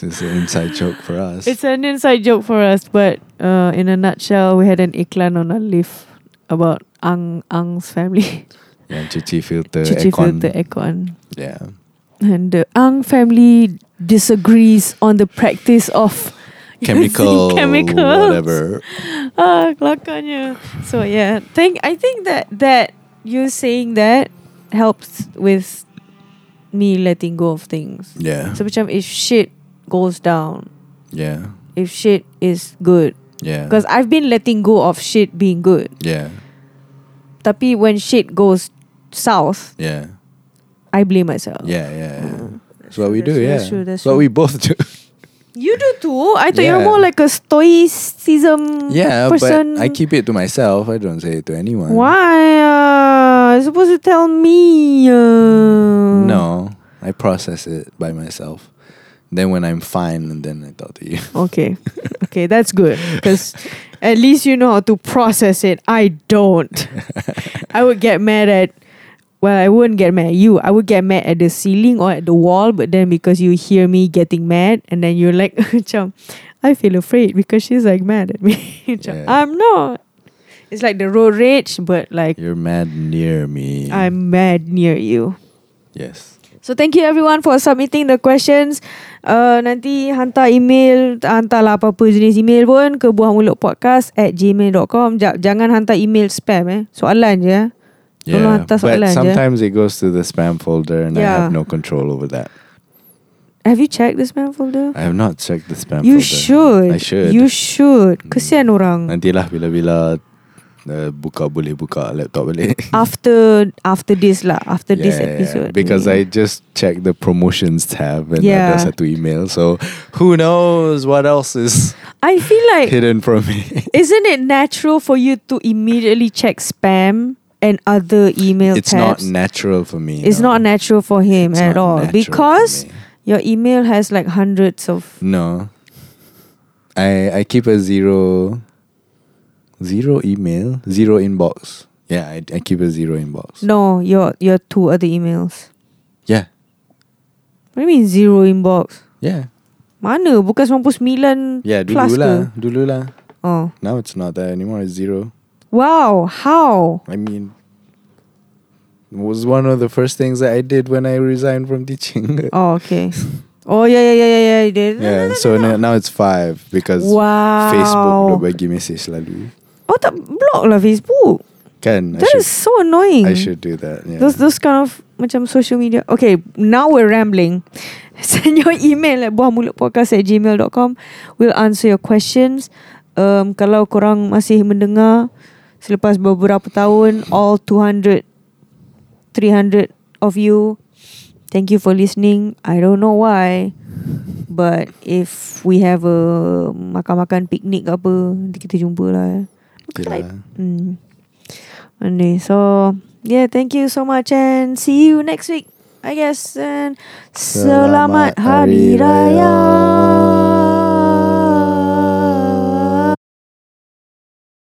[SPEAKER 1] this is an inside joke for us.
[SPEAKER 2] it's an inside joke for us, but uh, in a nutshell we had an iklan on a leaf about Ang Ang's family.
[SPEAKER 1] yeah, cuci
[SPEAKER 2] [LAUGHS]
[SPEAKER 1] filter,
[SPEAKER 2] Cuci
[SPEAKER 1] aircon.
[SPEAKER 2] filter aircon.
[SPEAKER 1] Yeah.
[SPEAKER 2] And the Ang family disagrees on the practice of [LAUGHS] using
[SPEAKER 1] Chemical,
[SPEAKER 2] [LAUGHS] chemicals.
[SPEAKER 1] whatever.
[SPEAKER 2] [LAUGHS] Ah, kelakarnya. So yeah, think I think that that you saying that helps with me letting go of things.
[SPEAKER 1] Yeah.
[SPEAKER 2] So macam if shit goes down,
[SPEAKER 1] Yeah.
[SPEAKER 2] if shit is good,
[SPEAKER 1] Yeah.
[SPEAKER 2] because I've been letting go of shit being good.
[SPEAKER 1] Yeah.
[SPEAKER 2] Tapi when shit goes south,
[SPEAKER 1] Yeah.
[SPEAKER 2] I blame myself.
[SPEAKER 1] Yeah. Yeah.
[SPEAKER 2] Mm.
[SPEAKER 1] That's what we do.
[SPEAKER 2] That's true,
[SPEAKER 1] yeah.
[SPEAKER 2] that's true, that's
[SPEAKER 1] what
[SPEAKER 2] true.
[SPEAKER 1] we both
[SPEAKER 2] [LAUGHS]
[SPEAKER 1] do.
[SPEAKER 2] You do too. I thought you
[SPEAKER 1] Yeah.
[SPEAKER 2] were more like a stoicism
[SPEAKER 1] yeah,
[SPEAKER 2] person.
[SPEAKER 1] but I keep it to myself. I don't say it to anyone.
[SPEAKER 2] Why? Uh, you're supposed to tell me. Uh.
[SPEAKER 1] No, I process it by myself. Then when I'm fine, and then I talk to
[SPEAKER 2] [LAUGHS]
[SPEAKER 1] you.
[SPEAKER 2] Okay. Okay, that's good. Because at least you know how to process it. I don't. I would get mad at, well, I wouldn't get mad at you. I would get mad at the ceiling or at the wall. But then because you hear me getting mad, and then you're like, [LAUGHS] macam, I feel afraid because she's like mad at me. Macam,
[SPEAKER 1] Yeah.
[SPEAKER 2] [LAUGHS] I'm not. It's like the road rage, but like,
[SPEAKER 1] You're mad near me.
[SPEAKER 2] I'm mad near you.
[SPEAKER 1] yes.
[SPEAKER 2] So thank you everyone for submitting the questions. Uh, nanti hantar email, hantarlah apa-apa jenis email pun ke buahmulutpodcast at gmail.com. Ja- jangan hantar email spam eh. Soalan je. eh. Tolong
[SPEAKER 1] Yeah,
[SPEAKER 2] hantar soalan
[SPEAKER 1] but
[SPEAKER 2] je.
[SPEAKER 1] sometimes it goes to the spam folder, and I have
[SPEAKER 2] Yeah.
[SPEAKER 1] no control over that.
[SPEAKER 2] Have you checked the spam folder?
[SPEAKER 1] I have not checked the spam.
[SPEAKER 2] You
[SPEAKER 1] folder.
[SPEAKER 2] should.
[SPEAKER 1] I should. Hmm.
[SPEAKER 2] You should. Kesian orang.
[SPEAKER 1] Nantilah bila bila uh, buka boleh buka laptop balik. [LAUGHS]
[SPEAKER 2] After after this lah. After this
[SPEAKER 1] Yeah, yeah, yeah.
[SPEAKER 2] episode.
[SPEAKER 1] Because I just checked the promotions tab and
[SPEAKER 2] Yeah.
[SPEAKER 1] ada satu email. So who knows what else is
[SPEAKER 2] I feel like
[SPEAKER 1] hidden from [LAUGHS] me.
[SPEAKER 2] isn't it natural for you to immediately check spam and other email
[SPEAKER 1] it's not
[SPEAKER 2] tabs?
[SPEAKER 1] natural for me.
[SPEAKER 2] It's
[SPEAKER 1] no.
[SPEAKER 2] not natural for him
[SPEAKER 1] It's
[SPEAKER 2] at
[SPEAKER 1] not
[SPEAKER 2] all
[SPEAKER 1] natural for
[SPEAKER 2] because
[SPEAKER 1] me.
[SPEAKER 2] your email has like hundreds of.
[SPEAKER 1] no, I I keep a zero, zero email, zero inbox. Yeah, I, I keep a zero inbox.
[SPEAKER 2] No, your your two other emails.
[SPEAKER 1] Yeah,
[SPEAKER 2] What do you mean zero inbox?
[SPEAKER 1] yeah,
[SPEAKER 2] Mana? Bukan 99
[SPEAKER 1] yeah.
[SPEAKER 2] plus
[SPEAKER 1] Dulu lah,
[SPEAKER 2] ke?
[SPEAKER 1] dulu lah.
[SPEAKER 2] Oh.
[SPEAKER 1] Now it's not that anymore. It's zero.
[SPEAKER 2] Wow, how?
[SPEAKER 1] I mean, it was one of the first things that I did when I resigned from teaching.
[SPEAKER 2] [LAUGHS] Oh, okay. Oh, yeah, yeah, yeah, yeah, yeah. Dia-
[SPEAKER 1] [LAUGHS] yeah, so now, now it's five because
[SPEAKER 2] Wow.
[SPEAKER 1] Facebook dah bagi message lalu.
[SPEAKER 2] Oh, tak block lah Facebook.
[SPEAKER 1] Kan?
[SPEAKER 2] That is so annoying.
[SPEAKER 1] I should do that. Yeah.
[SPEAKER 2] Those those kind of macam social media. Okay, now we're rambling. [LAUGHS] Send your email at buahmulutpodcast at gmail.com. We'll answer your questions. Um, kalau korang masih mendengar selepas beberapa tahun, all 200, 300 of you, thank you for listening. I don't know why. But if we have a makan-makan piknik ke apa, nanti kita jumpa lah. eh.
[SPEAKER 1] Okay
[SPEAKER 2] like-
[SPEAKER 1] lah.
[SPEAKER 2] Mm. Only. So yeah, thank you so much and see you next week, I guess. And
[SPEAKER 1] Selamat
[SPEAKER 2] selamat, hari
[SPEAKER 1] Hari
[SPEAKER 2] raya.
[SPEAKER 1] Raya.